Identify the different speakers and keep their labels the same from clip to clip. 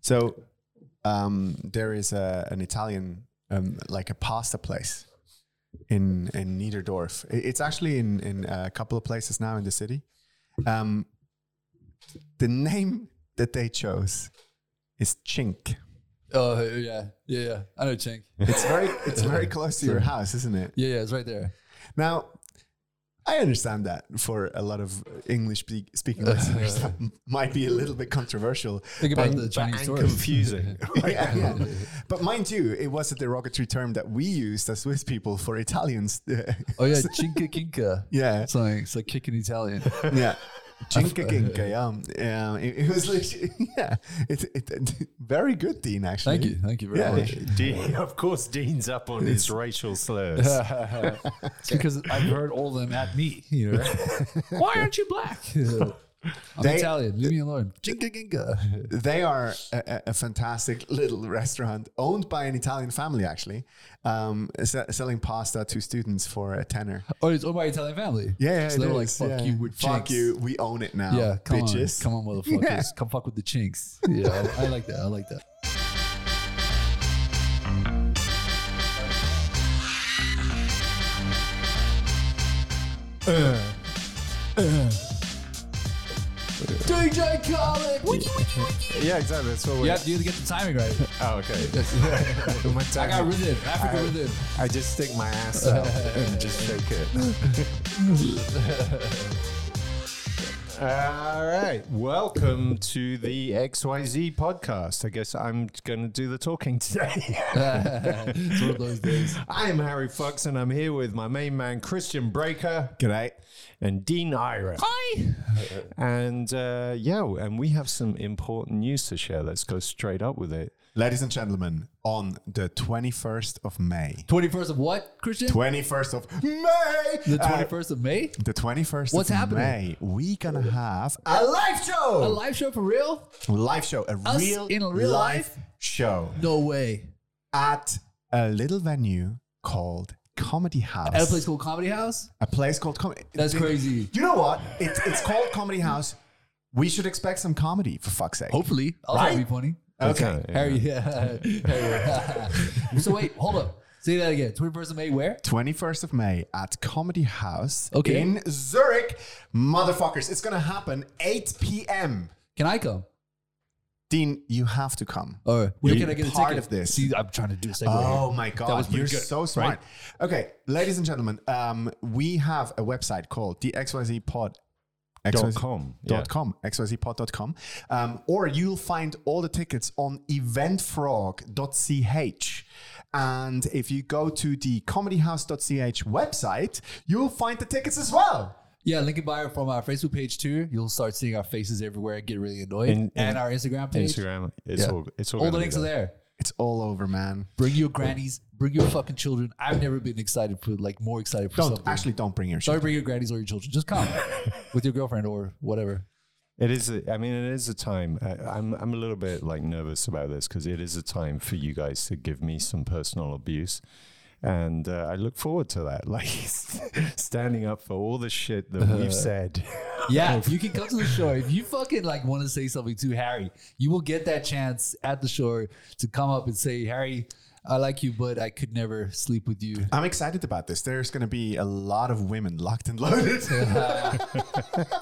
Speaker 1: So um, there is a, an Italian, um, like a pasta place in in Niederdorf. I- It's actually in in a couple of places now in the city. Um, the name that they chose is Chink.
Speaker 2: Oh yeah, yeah, yeah. I know Chink. Yeah,
Speaker 1: It's very it's very close to your house, isn't it?
Speaker 2: yeah, it's right there.
Speaker 1: Now, I understand that for a lot of English speak- speaking listeners, that m- might be a little bit controversial.
Speaker 2: Think about
Speaker 1: but-
Speaker 2: the Chinese
Speaker 3: and
Speaker 2: tourists.
Speaker 3: confusing.
Speaker 1: yeah, yeah. But mind you, it was a derogatory term that we used as Swiss people for Italians.
Speaker 2: Oh yeah, Chinka Kinka.
Speaker 1: yeah,
Speaker 2: It's like it's like kicking Italian.
Speaker 1: yeah. Jinka kinka, yeah. Um, it, it was literally, yeah. It's it, it- very good, Dean, actually.
Speaker 2: Thank you, thank you very
Speaker 1: Yeah.
Speaker 2: much.
Speaker 3: Dean, of course, Dean's up on his racial slurs.
Speaker 2: It's because I've heard all of them at me. You know, why aren't you black? I'm
Speaker 1: They-
Speaker 2: Italian. Leave me alone. Chinka Kinka.
Speaker 1: They are a- a, a fantastic little restaurant owned by an Italian family, actually, um, se- selling pasta to students for a tenner.
Speaker 2: Oh, it's owned by Italian family.
Speaker 1: Yeah, yeah
Speaker 2: so
Speaker 1: it is,
Speaker 2: they're like, fuck
Speaker 1: yeah.
Speaker 2: you, we're
Speaker 1: fuck
Speaker 2: Chinks.
Speaker 1: you. We own it now,
Speaker 2: Yeah, Oh, come
Speaker 1: bitches.
Speaker 2: on, come on, motherfuckers,
Speaker 1: Yeah.
Speaker 2: come fuck with the Chinks. Yeah, I, I like that. I like that. DJ Khaled! Wiki, wiki, wiki!
Speaker 3: yeah, exactly. That's what we're.
Speaker 2: You have, you have to get the timing right.
Speaker 3: Oh, okay. My
Speaker 2: I got
Speaker 3: tongue-
Speaker 2: rhythm, Africa
Speaker 3: I-
Speaker 2: rhythm.
Speaker 3: I just stick my ass out and just shake it. All right. Welcome to the XYZ podcast. I guess I'm going to do the talking today.
Speaker 2: it's one of those days.
Speaker 3: I am Harry Fox, and I'm here with my main man, Christian Breaker,
Speaker 1: G'day.
Speaker 3: and Dean Ira. Hi. And uh, yeah, and we have some important news to share. Let's go straight up with it.
Speaker 1: Ladies and gentlemen, on the 21st of May.
Speaker 2: 21st of what, Christian?
Speaker 1: 21st of May!
Speaker 2: the
Speaker 1: Uh,
Speaker 2: 21st of May?
Speaker 1: the 21st
Speaker 2: What's
Speaker 1: of
Speaker 2: happening?
Speaker 1: May, we're gonna have a live
Speaker 2: A
Speaker 1: show!
Speaker 2: live show for real?
Speaker 1: live show, a
Speaker 2: Us
Speaker 1: real,
Speaker 2: in real
Speaker 1: life
Speaker 2: life?
Speaker 1: show
Speaker 2: No way.
Speaker 1: at a little venue called Comedy House.
Speaker 2: At a place called Comedy House?
Speaker 1: A place called Comedy
Speaker 2: That's crazy.
Speaker 1: You know what? It, it's called Comedy House. We should expect some comedy, for fuck's sake.
Speaker 2: Hopefully. I'll
Speaker 1: Right?
Speaker 2: be funny.
Speaker 1: Okay.
Speaker 3: Yeah.
Speaker 2: Harry, yeah. Harry. so wait, hold up. Say that again. 21st of May, where?
Speaker 1: 21st of May at Comedy House
Speaker 2: Okay.
Speaker 1: in Zurich. Motherfuckers, it's going to happen 8 p.m.
Speaker 2: Can I come?
Speaker 1: Dean, you have to come.
Speaker 2: Or where
Speaker 1: Be
Speaker 2: can I get a
Speaker 1: part
Speaker 2: ticket?
Speaker 1: of this.
Speaker 2: See, I'm trying to do a segue.
Speaker 1: Oh
Speaker 2: here.
Speaker 1: my God,
Speaker 2: was pretty
Speaker 1: you're
Speaker 2: good,
Speaker 1: so smart. Okay, ladies and gentlemen, um, we have a website called the XYZ Pod.
Speaker 3: Dot com, yeah.
Speaker 1: Dot com, xyzpod.com. Um, or you'll find all the tickets on eventfrog.ch. And if you go to the comedyhouse.ch website, you'll find the tickets as well.
Speaker 2: Yeah, link in bio from our Facebook page too. You'll start seeing our faces everywhere and get really annoyed.
Speaker 3: In- in-
Speaker 2: and our Instagram page.
Speaker 3: Instagram. It's
Speaker 2: Yeah.
Speaker 3: all. It's all.
Speaker 2: All
Speaker 3: gonna
Speaker 2: the
Speaker 3: be
Speaker 2: links are there.
Speaker 1: It's all over, man.
Speaker 2: Bring your grannies. Bring your fucking children. I've never been excited for like more excited for
Speaker 1: Don't
Speaker 2: something.
Speaker 1: actually don't bring your shit.
Speaker 2: Don't bring your grannies or your children. Just come with your girlfriend or whatever.
Speaker 3: It is. A, I mean, it is a time. I, I'm. I'm a little bit like nervous about this because it is a time for you guys to give me some personal abuse, and uh, I look forward to that. Like standing up for all the shit that we've said.
Speaker 2: Yeah, you can come to the show if you fucking like want to say something to Harry. You will get that chance at the show to come up and say, Harry, I like you, but I could never sleep with you.
Speaker 1: I'm excited about this. There's going to be a lot of women locked and loaded.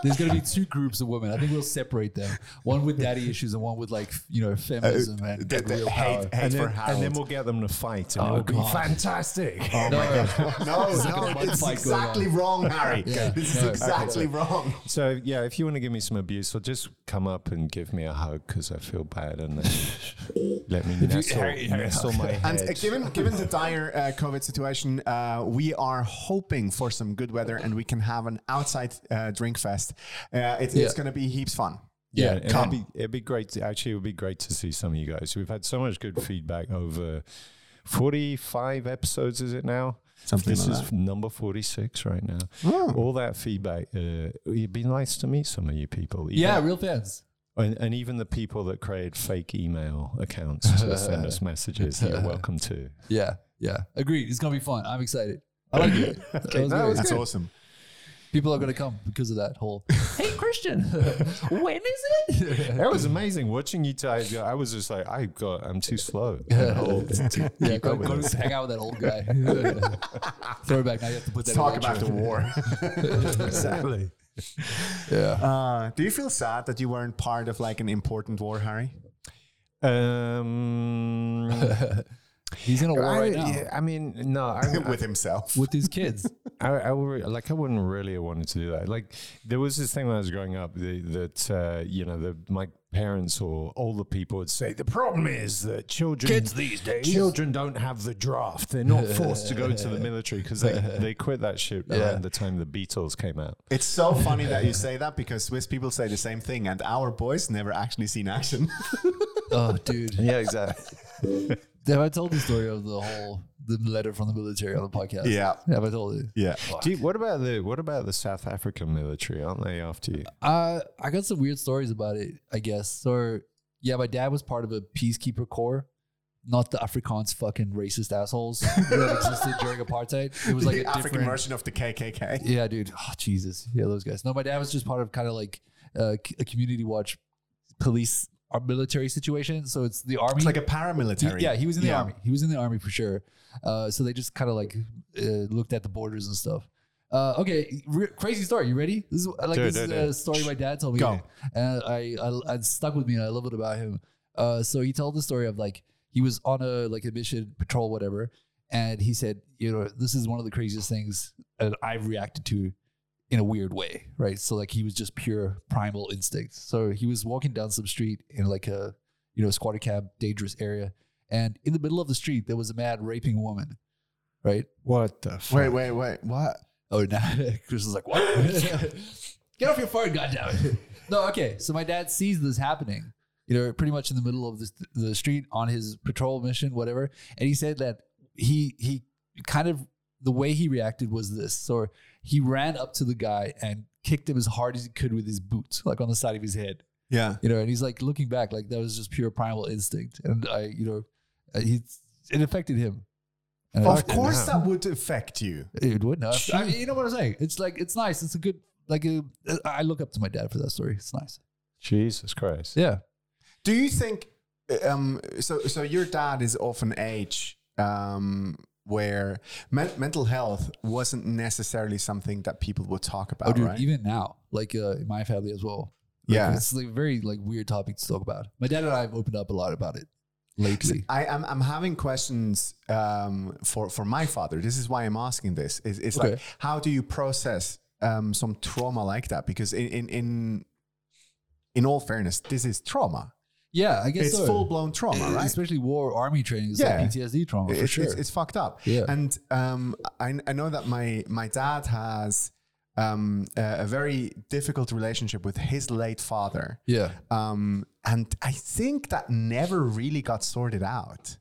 Speaker 2: There's gonna be two groups of women. I think we'll separate them. One with daddy issues and one with like f- you know feminism and
Speaker 1: the- the
Speaker 2: real power.
Speaker 1: Uh, hate, hate
Speaker 3: And
Speaker 1: for
Speaker 3: then,
Speaker 1: Harold. Oh
Speaker 3: and then we'll get them to fight, and
Speaker 2: Oh,
Speaker 3: it'll be
Speaker 2: God.
Speaker 3: fantastic.
Speaker 2: No,
Speaker 1: No,
Speaker 2: a
Speaker 1: no,
Speaker 2: mud
Speaker 1: it's
Speaker 2: fight going on.
Speaker 1: exactly wrong, Harry.
Speaker 2: Yeah.
Speaker 1: This is
Speaker 2: No,
Speaker 1: exactly wrong.
Speaker 3: So yeah, if you want to give me some abuse, or just come up and give me a hug because I feel bad, and then let me nestle, nestle my
Speaker 1: And uh,
Speaker 3: head.
Speaker 1: given given the dire uh, COVID situation, uh, we are hoping for some good weather and we can have an outside uh, drink fest. Uh, it,
Speaker 2: Yeah.
Speaker 1: It's going to be heaps fun.
Speaker 3: Yeah, and
Speaker 1: come.
Speaker 3: It'd be, it'd be great. To, actually, it would be great to see some of you guys. We've had so much good feedback over 45 episodes, is it now?
Speaker 1: Something
Speaker 3: This
Speaker 1: like
Speaker 3: is number 46 right now. All that feedback. Uh, it'd be nice to meet some of you people. even-
Speaker 2: yeah, real fans.
Speaker 3: And, and even the people that create fake email accounts to send us messages, you're welcome to.
Speaker 2: Yeah, yeah, agreed. It's gonna be fun. I'm excited. I like it. That was
Speaker 3: that
Speaker 2: great.
Speaker 3: was
Speaker 1: That's awesome.
Speaker 2: People are going to come because of that whole, hey, Christian, when is it?
Speaker 3: That was amazing watching you guys. I was just like, I got, I'm too slow. and old to
Speaker 2: yeah,
Speaker 3: keep
Speaker 2: go,
Speaker 3: up with
Speaker 2: go
Speaker 3: this.
Speaker 2: hang out with that old guy. Throwback. Now you have to put that in
Speaker 1: Talk
Speaker 2: the
Speaker 1: about the
Speaker 2: intro.
Speaker 1: war.
Speaker 3: Exactly.
Speaker 2: Yeah.
Speaker 1: Uh, do you feel sad that you weren't part of like an important war, Harry?
Speaker 3: Um,
Speaker 2: He's in a war
Speaker 3: I,
Speaker 2: right now
Speaker 3: yeah, I mean, no, I,
Speaker 1: With himself.
Speaker 2: with his kids.
Speaker 3: I, I would- like I wouldn't really have wanted to do that. Like there was this thing when I was growing up the, that uh, you know the, my parents or older people would say the problem is that children kids these days children don't have the draft. They're not forced to go to the military because they, they quit that shit around the time the Beatles came out.
Speaker 1: It's so funny that you say that because Swiss people say the same thing, and our boys never actually seen action.
Speaker 2: Oh, dude.
Speaker 3: Yeah, exactly.
Speaker 2: Have I told the story of the whole the letter from the military on the podcast?
Speaker 1: Yeah.
Speaker 2: Have I told it?
Speaker 1: yeah.
Speaker 3: Gee, what about the what about the South African military? Aren't they after you?
Speaker 2: Uh, I got some weird stories about it, I guess. Or, yeah, my dad was part of a peacekeeper corps, not the Afrikaans fucking racist assholes that existed during apartheid. It was like
Speaker 1: the
Speaker 2: a
Speaker 1: African
Speaker 2: different,
Speaker 1: version of the KKK.
Speaker 2: Yeah, dude. Oh, Jesus. Yeah, those guys. No, my dad was just part of kind of like uh, c- a community watch police or military situation. So it's the army.
Speaker 1: It's like a
Speaker 2: He-
Speaker 1: paramilitary.
Speaker 2: yeah, he was in the army. He was in the army for sure. Uh, so they just kind of like uh, looked at the borders and stuff. Uh, okay, re- crazy story. You ready? This is uh, like
Speaker 3: Do it,
Speaker 2: this
Speaker 3: do it,
Speaker 2: is
Speaker 3: do
Speaker 2: a
Speaker 3: it.
Speaker 2: story my dad told me.
Speaker 1: Go.
Speaker 2: And I, I, I it stuck with me. and I love it about him. Uh, so he told the story of like he was on a like a mission patrol whatever, and he said, you know, this is one of the craziest things that I've reacted to in a weird way, right? So like he was just pure primal instinct. So he was walking down some street in like a you know squatter camp dangerous area, and in the middle of the street there was a man raping a woman, right?
Speaker 3: What the fuck?
Speaker 1: Wait, wait, wait. What?
Speaker 2: Oh, no. Chris was like, what? Get off your phone, goddammit. No, okay. So my dad sees this happening, you know, pretty much in the middle of this, the street on his patrol mission, whatever. And he said that he, he kind of, the way he reacted was this. So he ran up to the guy and kicked him as hard as he could with his boots, like on the side of his head
Speaker 1: Yeah.
Speaker 2: you know and he's like looking back like that was just pure primal instinct and i you know uh, he it affected him And
Speaker 1: Of
Speaker 2: it-
Speaker 1: course, that would affect you.
Speaker 2: it would not I mean, you know what i'm saying it's like it's nice it's a good like a, i look up to my dad for that story it's nice
Speaker 3: Jesus Christ!
Speaker 2: yeah
Speaker 1: Do you think? Um, so, so your dad is of an age um, where men- mental health wasn't necessarily something that people would talk about,
Speaker 2: oh dude
Speaker 1: right?
Speaker 2: even now like uh, in my family as well Like,
Speaker 1: yeah.
Speaker 2: it's like a very like weird topic to talk about my dad and i have opened up a lot about it lately
Speaker 1: I, I'm, I'm having questions um, for, for my father. This is why I'm asking this. Is it's like,
Speaker 2: Okay.
Speaker 1: how do you process um, some trauma like that? Because in, in, in, in all fairness, this is trauma.
Speaker 2: yeah i guess
Speaker 1: It's
Speaker 2: so.
Speaker 1: full blown trauma, right?
Speaker 2: especially war army training is
Speaker 1: Yeah.
Speaker 2: like ptsd trauma Oh, for
Speaker 1: it's,
Speaker 2: sure
Speaker 1: it's, it's fucked up.
Speaker 2: Yeah.
Speaker 1: And um, I, I know that my, my dad has um, a, a very difficult relationship with his late father.
Speaker 2: yeah
Speaker 1: Um, and I think that never really got sorted out.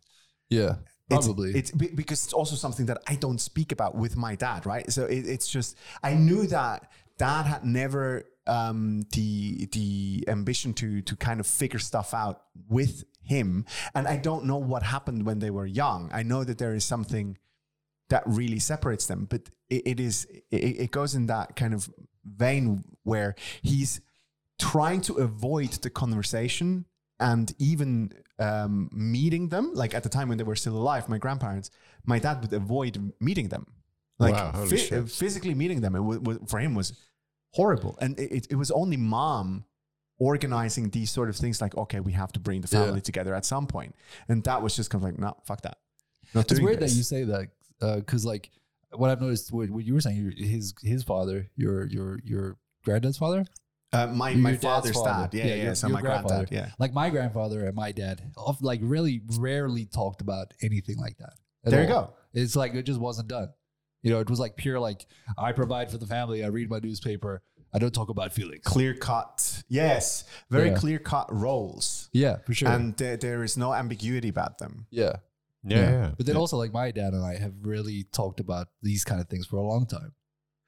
Speaker 2: yeah
Speaker 1: It's-
Speaker 2: probably
Speaker 1: it's, be- because it's also something that I don't speak about with my dad, right? So it, it's just I knew that dad had never um, the the ambition to to kind of figure stuff out with him, and I don't know what happened when they were young. I know that there is something that really separates them, but it, it is it, it goes in that kind of vein where he's trying to avoid the conversation and even um, meeting them, like at the time when they were still alive, my grandparents, my dad would avoid meeting them, like
Speaker 3: Wow, holy
Speaker 1: phy- uh,
Speaker 3: shit.
Speaker 1: physically meeting them. It wa- wa- for him was horrible, and it, it, it was only mom organizing these sort of things, like okay, we have to bring the
Speaker 2: Yeah.
Speaker 1: family together at some point, and that was just kind of like, no, fuck that. Not
Speaker 2: It's
Speaker 1: doing
Speaker 2: weird
Speaker 1: this.
Speaker 2: that you say that because, like, what I've noticed, what, what you were saying, your, his his father, your your your granddad's father,
Speaker 1: Uh, my
Speaker 2: Your
Speaker 1: my
Speaker 2: dad's
Speaker 1: father's
Speaker 2: father.
Speaker 1: dad, yeah,
Speaker 2: Yeah,
Speaker 1: yeah.
Speaker 2: your-
Speaker 1: so
Speaker 2: your
Speaker 1: my granddad,
Speaker 2: grandfather.
Speaker 1: yeah.
Speaker 2: like my grandfather and my dad, of, like really rarely talked about anything like that. at
Speaker 1: There you
Speaker 2: all.
Speaker 1: go.
Speaker 2: It's like it just wasn't done. You know, it was like pure like I provide for the family. I read my newspaper. I don't talk about feelings.
Speaker 1: Clear cut, yes, very
Speaker 2: Yeah.
Speaker 1: clear cut roles.
Speaker 2: Yeah, for sure.
Speaker 1: and there, there is no ambiguity about them.
Speaker 2: yeah,
Speaker 3: Yeah,
Speaker 1: Yeah.
Speaker 3: yeah.
Speaker 2: but then also like my dad and I have really talked about these kind of things for a long time.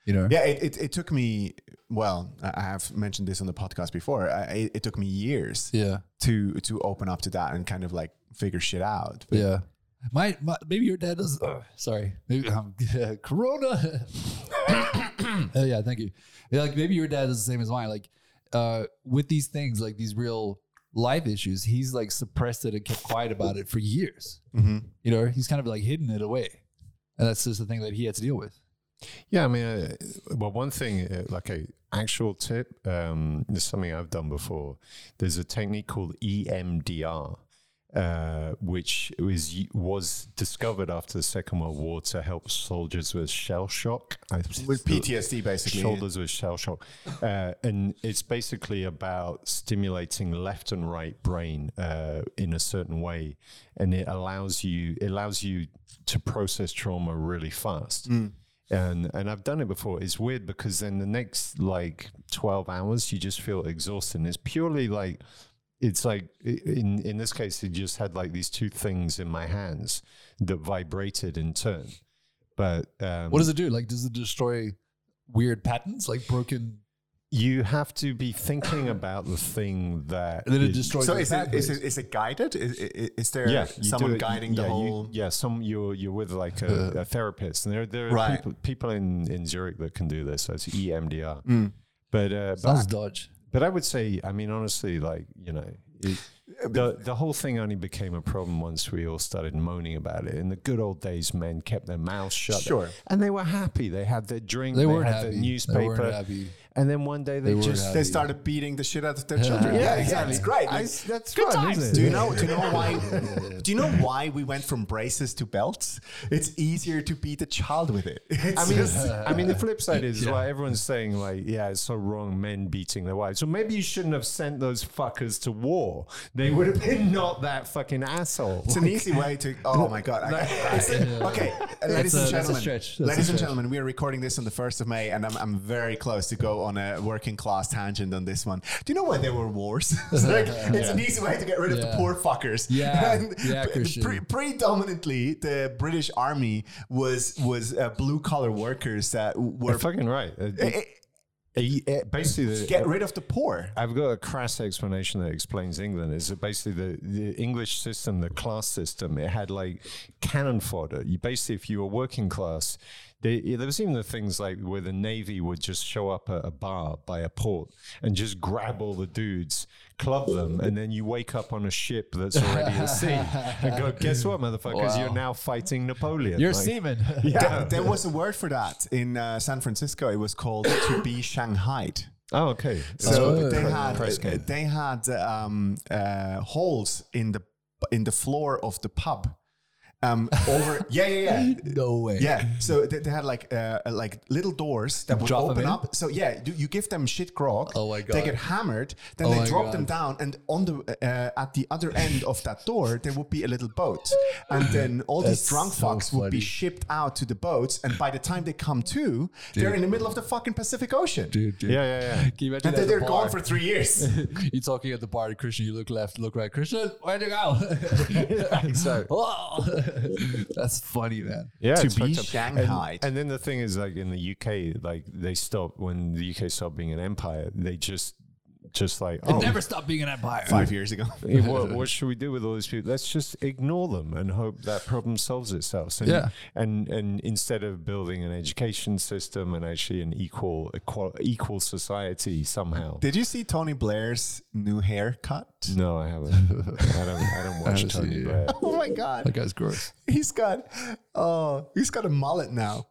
Speaker 2: You know,
Speaker 1: Yeah, it, it, it took me, well, I I have mentioned this on the podcast before. I, it, it took me years
Speaker 2: yeah.
Speaker 1: to to open up to that and kind of like figure shit out. But
Speaker 2: Yeah. My, my maybe your dad does. Uh, sorry, maybe um, Corona. Uh, yeah, thank you. Yeah, Like maybe your dad is the same as mine. Like uh, with these things, like these real life issues, he's like suppressed it and kept quiet about it for years.
Speaker 1: Mm-hmm.
Speaker 2: You know, he's kind of like hidden it away, and that's just the thing that he had to deal with.
Speaker 3: Yeah, I mean, uh, well, one thing, uh, like a actual tip, um, there's something I've done before. There's a technique called E EMDR, uh, which was was discovered after the Second World War to help soldiers with shell shock. I-
Speaker 1: With PTSD, basically.
Speaker 3: Shoulders with shell shock. Uh, and it's basically about stimulating left and right brain uh, in a certain way. And it allows you it allows you to process trauma really fast. And and I've done it before. It's weird because then the next like 12 hours you just feel exhausted. And it's purely like it's like i- in in this case it just had like these two things in my hands that vibrated in turn. But um,
Speaker 2: What does it do? Like, does it destroy weird patterns, like broken?
Speaker 3: you have to be thinking about the thing that
Speaker 2: And then it
Speaker 3: is-
Speaker 2: destroys.
Speaker 1: So
Speaker 2: the
Speaker 1: is it, is
Speaker 2: pathways.
Speaker 1: it is it guided? Is, is, is there
Speaker 3: yeah, you do
Speaker 1: someone
Speaker 3: it-
Speaker 1: guiding the
Speaker 3: yeah, you-
Speaker 1: whole?
Speaker 3: yeah, some you're you're with like a,
Speaker 2: Uh,
Speaker 3: a therapist, and there there are
Speaker 1: Right.
Speaker 3: people, people in, in Zurich that can do this. So it's E EMDR.
Speaker 2: Mm.
Speaker 3: But uh, but,
Speaker 2: sounds
Speaker 3: I,
Speaker 2: dodge?
Speaker 3: but I would say, I mean, honestly, like you know, it, the the whole thing only became a problem once we all started moaning about it. In the good old days, men kept their mouths shut,
Speaker 1: Sure.
Speaker 3: and they were happy. They had their drink,
Speaker 2: They
Speaker 3: they,
Speaker 2: weren't
Speaker 3: had
Speaker 2: happy.
Speaker 3: their
Speaker 2: They weren't
Speaker 3: newspaper,
Speaker 2: happy.
Speaker 3: and then one day they,
Speaker 2: They weren't
Speaker 3: just
Speaker 1: They started beating the shit out of their
Speaker 2: Yeah.
Speaker 1: children.
Speaker 2: Yeah,
Speaker 1: It's great.
Speaker 3: I-
Speaker 1: Like,
Speaker 3: that's
Speaker 1: good
Speaker 3: fun,
Speaker 1: times.
Speaker 3: isn't it?
Speaker 1: Do you know? Do you know why? do you know why we went from braces to belts? It's easier to beat a child with it.
Speaker 3: I
Speaker 1: It's
Speaker 3: mean,
Speaker 1: just-
Speaker 3: I mean, the flip side is
Speaker 2: Yeah.
Speaker 3: like everyone's saying, like, yeah, it's so wrong, men beating their wives. So maybe you shouldn't have sent those fuckers to war. They would have been not that fucking asshole.
Speaker 1: It's an easy way to. Oh my god! I- it's- okay, ladies and
Speaker 2: a- that's a
Speaker 1: gentlemen,
Speaker 2: stretch. That's a
Speaker 1: ladies and
Speaker 2: stretch.
Speaker 1: gentlemen, we are recording this on the first of May, and I'm, I'm very close to go on a working class tangent on this one. Do you know why there were wars? it's like, it's an easy way to get rid of the
Speaker 2: Yeah.
Speaker 1: poor fuckers.
Speaker 2: Yeah. Yeah,
Speaker 1: pre-
Speaker 2: Christian.
Speaker 1: pre- predominantly, the British army was was uh, blue collar workers that were
Speaker 3: You're fucking right. Uh,
Speaker 1: Eh, eh,
Speaker 3: eh, eh, basically, the,
Speaker 1: get rid of the poor.
Speaker 3: I've got a crass explanation that explains England. Is that basically the, the English system, the class system, it had like cannon fodder. You basically, if you were working class, they, yeah, there was even the things like where the navy would just show up at a bar by a port and just grab all the dudes, club them, and then you wake up on a ship that's already at sea and go, "Guess what, motherfuckers?
Speaker 2: Wow.
Speaker 3: You're now fighting Napoleon."
Speaker 2: You're
Speaker 3: Like,
Speaker 2: semen.
Speaker 3: Yeah.
Speaker 1: There, there was a word for that in uh, San Francisco. It was called to be Shanghaied.
Speaker 3: Oh, okay.
Speaker 1: So
Speaker 2: Oh.
Speaker 1: they
Speaker 2: Pre-
Speaker 1: had
Speaker 3: press game.
Speaker 1: they had um, uh, holes in the in the floor of the pub. Um, over yeah yeah yeah
Speaker 2: no way.
Speaker 1: yeah. So they, they had like uh, like little doors that would
Speaker 2: Drop 'em
Speaker 1: open
Speaker 2: in?
Speaker 1: up. So yeah, you, you give them shit grog.
Speaker 2: Oh my
Speaker 1: They
Speaker 2: God.
Speaker 1: get hammered. Then
Speaker 2: Oh
Speaker 1: they
Speaker 2: my
Speaker 1: drop them
Speaker 2: God.
Speaker 1: down, and on the uh, at the other end of that door there would be a little boat, and then all these
Speaker 2: That's
Speaker 1: drunk
Speaker 2: so
Speaker 1: fucks would be
Speaker 2: funny.
Speaker 1: shipped out to the boats, and by the time they come to, they're in the middle of the fucking Pacific Ocean.
Speaker 2: Dude, dude.
Speaker 3: Yeah, yeah, yeah.
Speaker 2: Can you imagine
Speaker 1: And
Speaker 2: that
Speaker 1: then
Speaker 2: at
Speaker 1: they're
Speaker 2: the
Speaker 1: gone for
Speaker 2: bar?
Speaker 1: three years.
Speaker 2: You're talking at the bar to Christian. You look left, look right. Christian, where'd you go?
Speaker 3: So-
Speaker 2: Oh. That's funny, man.
Speaker 3: yeah,
Speaker 1: to
Speaker 3: it's
Speaker 1: be
Speaker 3: fucked up.
Speaker 1: Shanghai.
Speaker 3: And then the thing is, like in the UK, like they stopped when the UK stopped being an empire. They just, just like, oh,
Speaker 2: Never stop being an empire.
Speaker 1: five years ago.
Speaker 3: eh, what, what should we do with all these people? Let's just ignore them and hope that problem solves itself. And,
Speaker 2: Yeah.
Speaker 3: And and instead of building an education system and actually an equal equal, equal society somehow.
Speaker 1: Did you see Tony Blair's new haircut?
Speaker 3: no, I haven't. I don't. I don't watch
Speaker 2: haven't seen
Speaker 3: Tony
Speaker 2: it
Speaker 3: Blair.
Speaker 1: Oh my god.
Speaker 2: That guy's gross.
Speaker 1: He's got oh he's got a mullet now.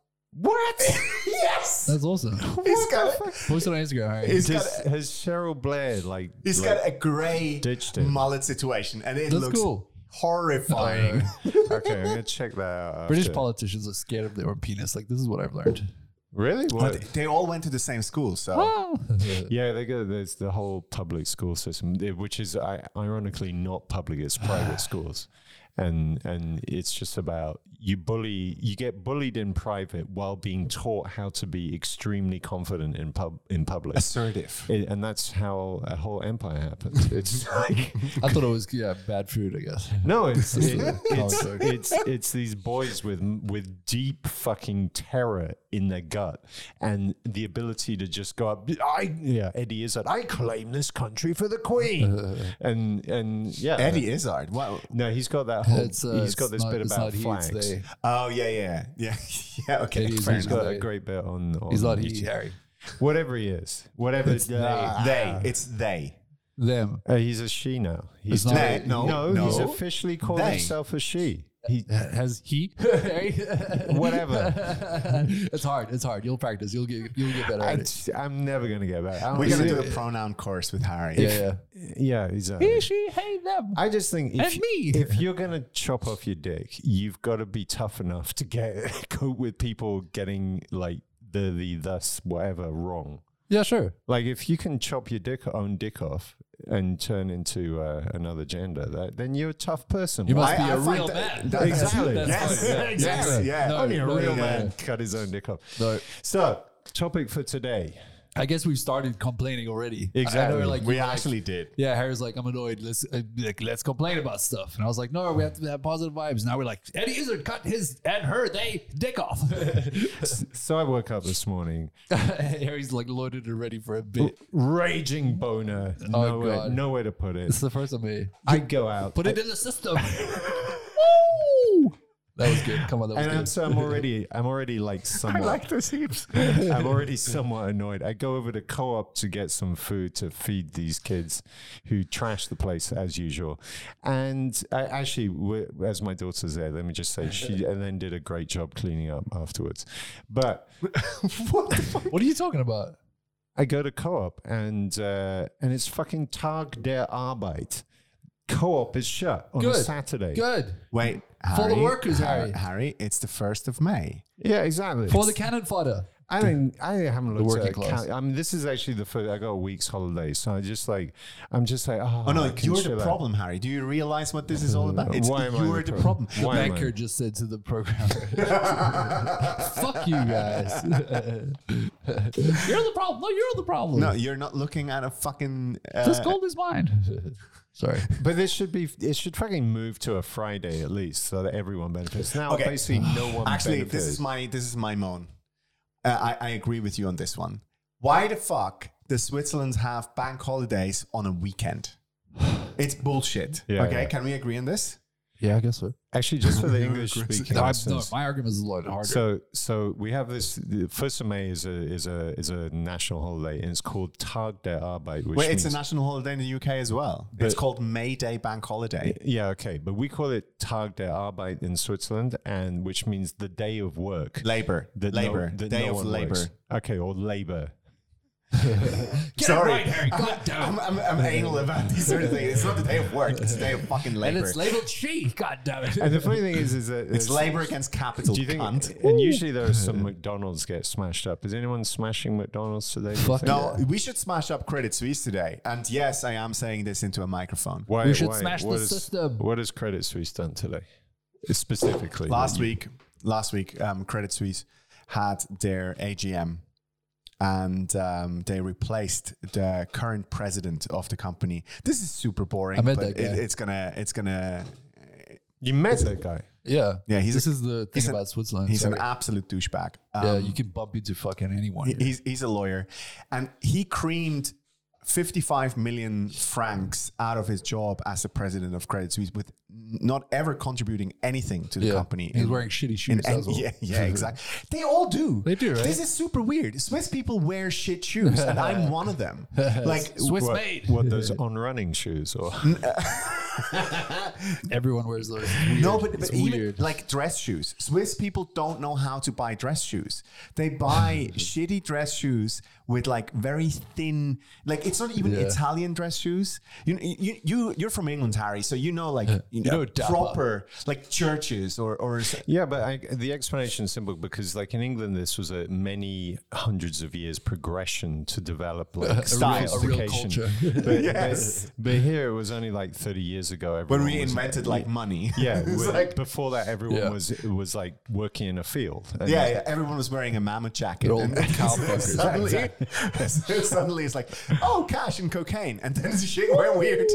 Speaker 3: What?
Speaker 1: yes.
Speaker 2: That's awesome.
Speaker 1: He's got a,
Speaker 2: Post it on Instagram. All right.
Speaker 1: he's got
Speaker 3: Does,
Speaker 1: a,
Speaker 3: has Cheryl Blair like?
Speaker 1: he's
Speaker 3: like-
Speaker 1: got a gray
Speaker 3: ditched it.
Speaker 1: mullet situation and it
Speaker 2: That's
Speaker 1: looks
Speaker 2: cool.
Speaker 1: horrifying.
Speaker 3: okay, I'm gonna check that out.
Speaker 2: British
Speaker 3: after.
Speaker 2: politicians are scared of their own penis. Like, this is what I've learned.
Speaker 3: Really? What?
Speaker 1: but they all went to the same school, so
Speaker 3: Ah! Yeah, they go. There's the whole public school system, eh, which is i- ironically not public; it's private schools, and and it's just about you bully, you get bullied in private while being taught how to be extremely confident in pub in public,
Speaker 1: assertive.
Speaker 3: Eh, and that's how a whole empire happens. It's like
Speaker 2: I thought it was, yeah, bad food, I guess.
Speaker 3: no, it's it, it's,
Speaker 2: joke.
Speaker 3: it's it's these boys with with deep fucking terror in their gut and the ability to just go up. I yeah, Eddie Izzard. I Oh, claim this country for the Queen, and and yeah,
Speaker 1: Eddie Izzard. Wow.
Speaker 3: No, he's got that that whole,
Speaker 2: It's, uh,
Speaker 3: he's got
Speaker 2: it's
Speaker 3: this
Speaker 2: not-
Speaker 3: bit
Speaker 2: it's
Speaker 3: about
Speaker 2: not he, it's
Speaker 3: flags.
Speaker 2: they.
Speaker 1: Oh yeah, yeah, yeah, yeah. Okay,
Speaker 2: It is
Speaker 1: fair
Speaker 2: easy.
Speaker 3: He's
Speaker 1: enough.
Speaker 3: got a
Speaker 2: They-
Speaker 3: great bit on. on
Speaker 2: He's not he,
Speaker 3: YouTube.
Speaker 2: Harry.
Speaker 3: Whatever he is, whatever
Speaker 2: It's
Speaker 3: Ah.
Speaker 1: They, it's they.
Speaker 2: Them.
Speaker 3: Uh, he's a she now. He's
Speaker 2: not
Speaker 3: doing-
Speaker 1: a- No,
Speaker 3: no,
Speaker 1: no.
Speaker 3: He's officially called
Speaker 1: They.
Speaker 3: himself a she.
Speaker 2: He has he Harry?
Speaker 3: Whatever.
Speaker 2: it's hard. It's hard. You'll practice. You'll get you'll get better at
Speaker 3: I,
Speaker 2: it.
Speaker 3: am never gonna get back. I
Speaker 1: We're
Speaker 3: don't
Speaker 1: gonna do
Speaker 3: see
Speaker 1: a pronoun course with Harry.
Speaker 2: Yeah, yeah.
Speaker 3: it. Yeah, exactly.
Speaker 2: she, hey, them.
Speaker 3: I just think if,
Speaker 2: And me.
Speaker 3: if you're gonna chop off your dick, you've got to be tough enough to get cope with people getting like the the thus whatever wrong.
Speaker 2: Yeah, sure.
Speaker 3: Like if you can chop your dick own dick off and turn into uh, another gender, that, then you're a tough person.
Speaker 2: You must
Speaker 3: Why-
Speaker 2: be a
Speaker 1: find
Speaker 2: real
Speaker 1: that-
Speaker 2: man.
Speaker 1: that-
Speaker 3: Exactly.
Speaker 1: that's- Yes.
Speaker 2: That's fine. Yeah,
Speaker 1: Yes.
Speaker 2: exactly.
Speaker 1: Yeah.
Speaker 2: No,
Speaker 3: Only a
Speaker 2: no,
Speaker 3: real
Speaker 2: no,
Speaker 3: man
Speaker 2: no.
Speaker 3: cut his own dick off.
Speaker 2: No.
Speaker 3: So, topic for today.
Speaker 2: I guess we've started complaining already. I- I know
Speaker 3: Exactly.
Speaker 2: we're like,
Speaker 1: we
Speaker 2: we're like,
Speaker 1: actually did.
Speaker 2: yeah, Harry's like, I'm annoyed. Let's uh, like, let's complain about stuff. And I was like, no, we have to have positive vibes. Now we're like, Eddie Izzard cut his and her they dick off.
Speaker 3: So I woke up this morning,
Speaker 2: Harry's like loaded and ready for a bit.
Speaker 3: raging boner.
Speaker 2: Oh,
Speaker 3: nowhere,
Speaker 2: God.
Speaker 3: nowhere to put it.
Speaker 2: It's the first of me.
Speaker 3: I go out.
Speaker 2: Put it in the system. that was good. Come on, that was
Speaker 3: and I'm,
Speaker 2: good.
Speaker 3: so I'm already, I'm already like somewhat,
Speaker 1: those heaps.
Speaker 3: I'm already somewhat annoyed. I go over to co-op to get some food to feed these kids, who trash the place as usual. And I, actually, w- as my daughter's there, let me just say she, and then did a great job cleaning up afterwards. But
Speaker 1: what the fuck?
Speaker 2: what are you talking about?
Speaker 3: I go to co-op and uh, and it's fucking Tag der Arbeit. Co-op is shut on a
Speaker 2: Good.
Speaker 3: Saturday.
Speaker 2: Good.
Speaker 1: Wait, Harry,
Speaker 2: For the workers,
Speaker 1: Har-
Speaker 2: Harry.
Speaker 1: Harry, it's the first of May.
Speaker 3: Yeah, exactly.
Speaker 2: For the cannon fodder.
Speaker 3: I mean, I haven't looked
Speaker 2: working
Speaker 3: at a
Speaker 2: class.
Speaker 3: cal- I mean, this is actually the first. I got a week's holiday, so I just like, I'm just like, oh,
Speaker 1: Oh no,
Speaker 3: I can
Speaker 1: you're
Speaker 3: chill
Speaker 1: the
Speaker 3: out.
Speaker 1: problem, Harry. Do you realize what this is all about? It's
Speaker 3: Why am I
Speaker 1: you're
Speaker 3: the
Speaker 1: the
Speaker 3: problem?
Speaker 1: problem.
Speaker 3: Why am I-
Speaker 2: Banker just said to the programmer, "Fuck you guys. you're the problem. No, you're the problem.
Speaker 1: No, you're not looking at a fucking. Uh,
Speaker 2: this gold is mine." Sorry.
Speaker 3: But this should be. It should fucking move to a Friday at least, so that everyone benefits. Now,
Speaker 1: Okay.
Speaker 3: basically, no one
Speaker 1: Actually,
Speaker 3: benefits.
Speaker 1: this is my this is my moan. Uh, I I agree with you on this one. Why the fuck does Switzerland have bank holidays on a weekend? It's bullshit.
Speaker 3: Yeah,
Speaker 1: okay,
Speaker 3: yeah.
Speaker 1: can we agree on this?
Speaker 2: Yeah, I guess so.
Speaker 3: actually just for the
Speaker 1: You're
Speaker 3: English speaking.
Speaker 2: No, I'm- no,
Speaker 3: listeners.
Speaker 2: my argument is a lot harder.
Speaker 3: So, so we have this. The first of May is a is a is a national holiday, and it's called Tag der Arbeit. Which
Speaker 1: Wait, it's a
Speaker 3: means-
Speaker 1: national holiday in the UK as well. it's called May Day Bank Holiday.
Speaker 3: yeah, okay, but we call it Tag der Arbeit in Switzerland, and which means the day of work.
Speaker 1: Labor,
Speaker 3: that no-
Speaker 1: labor,
Speaker 3: that
Speaker 1: day
Speaker 3: no
Speaker 1: of
Speaker 3: one
Speaker 1: labor.
Speaker 3: works. Okay, or labor.
Speaker 2: Get
Speaker 1: Sorry.
Speaker 2: it right, Harry. God damn.
Speaker 1: I'm, I'm, I'm anal about these sort of things. It's not the day of work. It's the day of fucking labor.
Speaker 2: And it's labeled she. God damn it.
Speaker 3: And the funny thing is, is that
Speaker 1: It's
Speaker 3: there's-
Speaker 1: labor against capital.
Speaker 3: Do you think?
Speaker 1: cunt.
Speaker 3: And usually there are some McDonald's get smashed up. Is anyone smashing McDonald's today? do you
Speaker 2: Fuck
Speaker 3: think?
Speaker 1: No, we should smash up Credit Suisse today. And yes, I am saying this into a microphone.
Speaker 3: Why,
Speaker 2: We should smash
Speaker 3: what
Speaker 2: the
Speaker 3: is-
Speaker 2: system.
Speaker 3: What has Credit Suisse done today? Specifically,
Speaker 1: Last
Speaker 3: You-
Speaker 1: week, last week, um, Credit Suisse had their AGM, and um, they replaced the current president of the company. This is super boring.
Speaker 2: I met
Speaker 1: but
Speaker 2: that guy.
Speaker 1: It, it's gonna, it's gonna.
Speaker 3: You met that guy.
Speaker 2: Yeah.
Speaker 1: Yeah, he's
Speaker 2: this
Speaker 1: a-
Speaker 2: is the
Speaker 1: he's
Speaker 2: thing
Speaker 1: an-
Speaker 2: about Switzerland.
Speaker 1: He's
Speaker 2: Sorry.
Speaker 1: an absolute douchebag. Um,
Speaker 2: yeah, you can bump into fucking anyone.
Speaker 1: he- he's he's a lawyer, and he creamed. 55 million francs out of his job as the president of Credit Suisse with not ever contributing anything to the
Speaker 2: yeah.
Speaker 1: company.
Speaker 2: He's
Speaker 1: in-
Speaker 2: wearing shitty shoes.
Speaker 1: In
Speaker 2: as
Speaker 1: any-
Speaker 2: well.
Speaker 1: yeah, yeah, exactly. They all do.
Speaker 2: They do, right?
Speaker 1: This is super weird. Swiss people wear shit shoes, and I'm one of them. Like,
Speaker 2: Swiss
Speaker 3: What,
Speaker 2: made.
Speaker 3: what those on running shoes or
Speaker 2: Everyone wears those.
Speaker 1: no, but,
Speaker 2: It's
Speaker 1: but even
Speaker 2: weird.
Speaker 1: like dress shoes. Swiss people don't know how to buy dress shoes. They buy shitty dress shoes with like very thin, like it's not even
Speaker 2: Yeah.
Speaker 1: Italian dress shoes. You, you you you're from England, Harry, so you know like you know,
Speaker 2: know Dapper.
Speaker 1: proper like churches or or s-
Speaker 3: Yeah, but I, the explanation is simple because, like in England, this was a many hundreds of years progression to develop like
Speaker 1: Style.
Speaker 2: A real
Speaker 3: sophistication.
Speaker 2: culture.
Speaker 3: But, but-
Speaker 1: Yes.
Speaker 3: but, here it was only like thirty years ago.
Speaker 1: when
Speaker 3: Everyone
Speaker 1: we
Speaker 3: was-
Speaker 1: invented like money.
Speaker 3: yeah,
Speaker 1: It's
Speaker 3: we-
Speaker 1: like-
Speaker 3: before that, everyone
Speaker 2: Yeah.
Speaker 3: was was like working in a field. And
Speaker 1: Yeah, yeah, everyone was wearing a mammoth jacket.
Speaker 2: old
Speaker 1: and
Speaker 2: cowfuckers.
Speaker 1: suddenly, suddenly it's like, oh, cash and cocaine, and then shit went weird.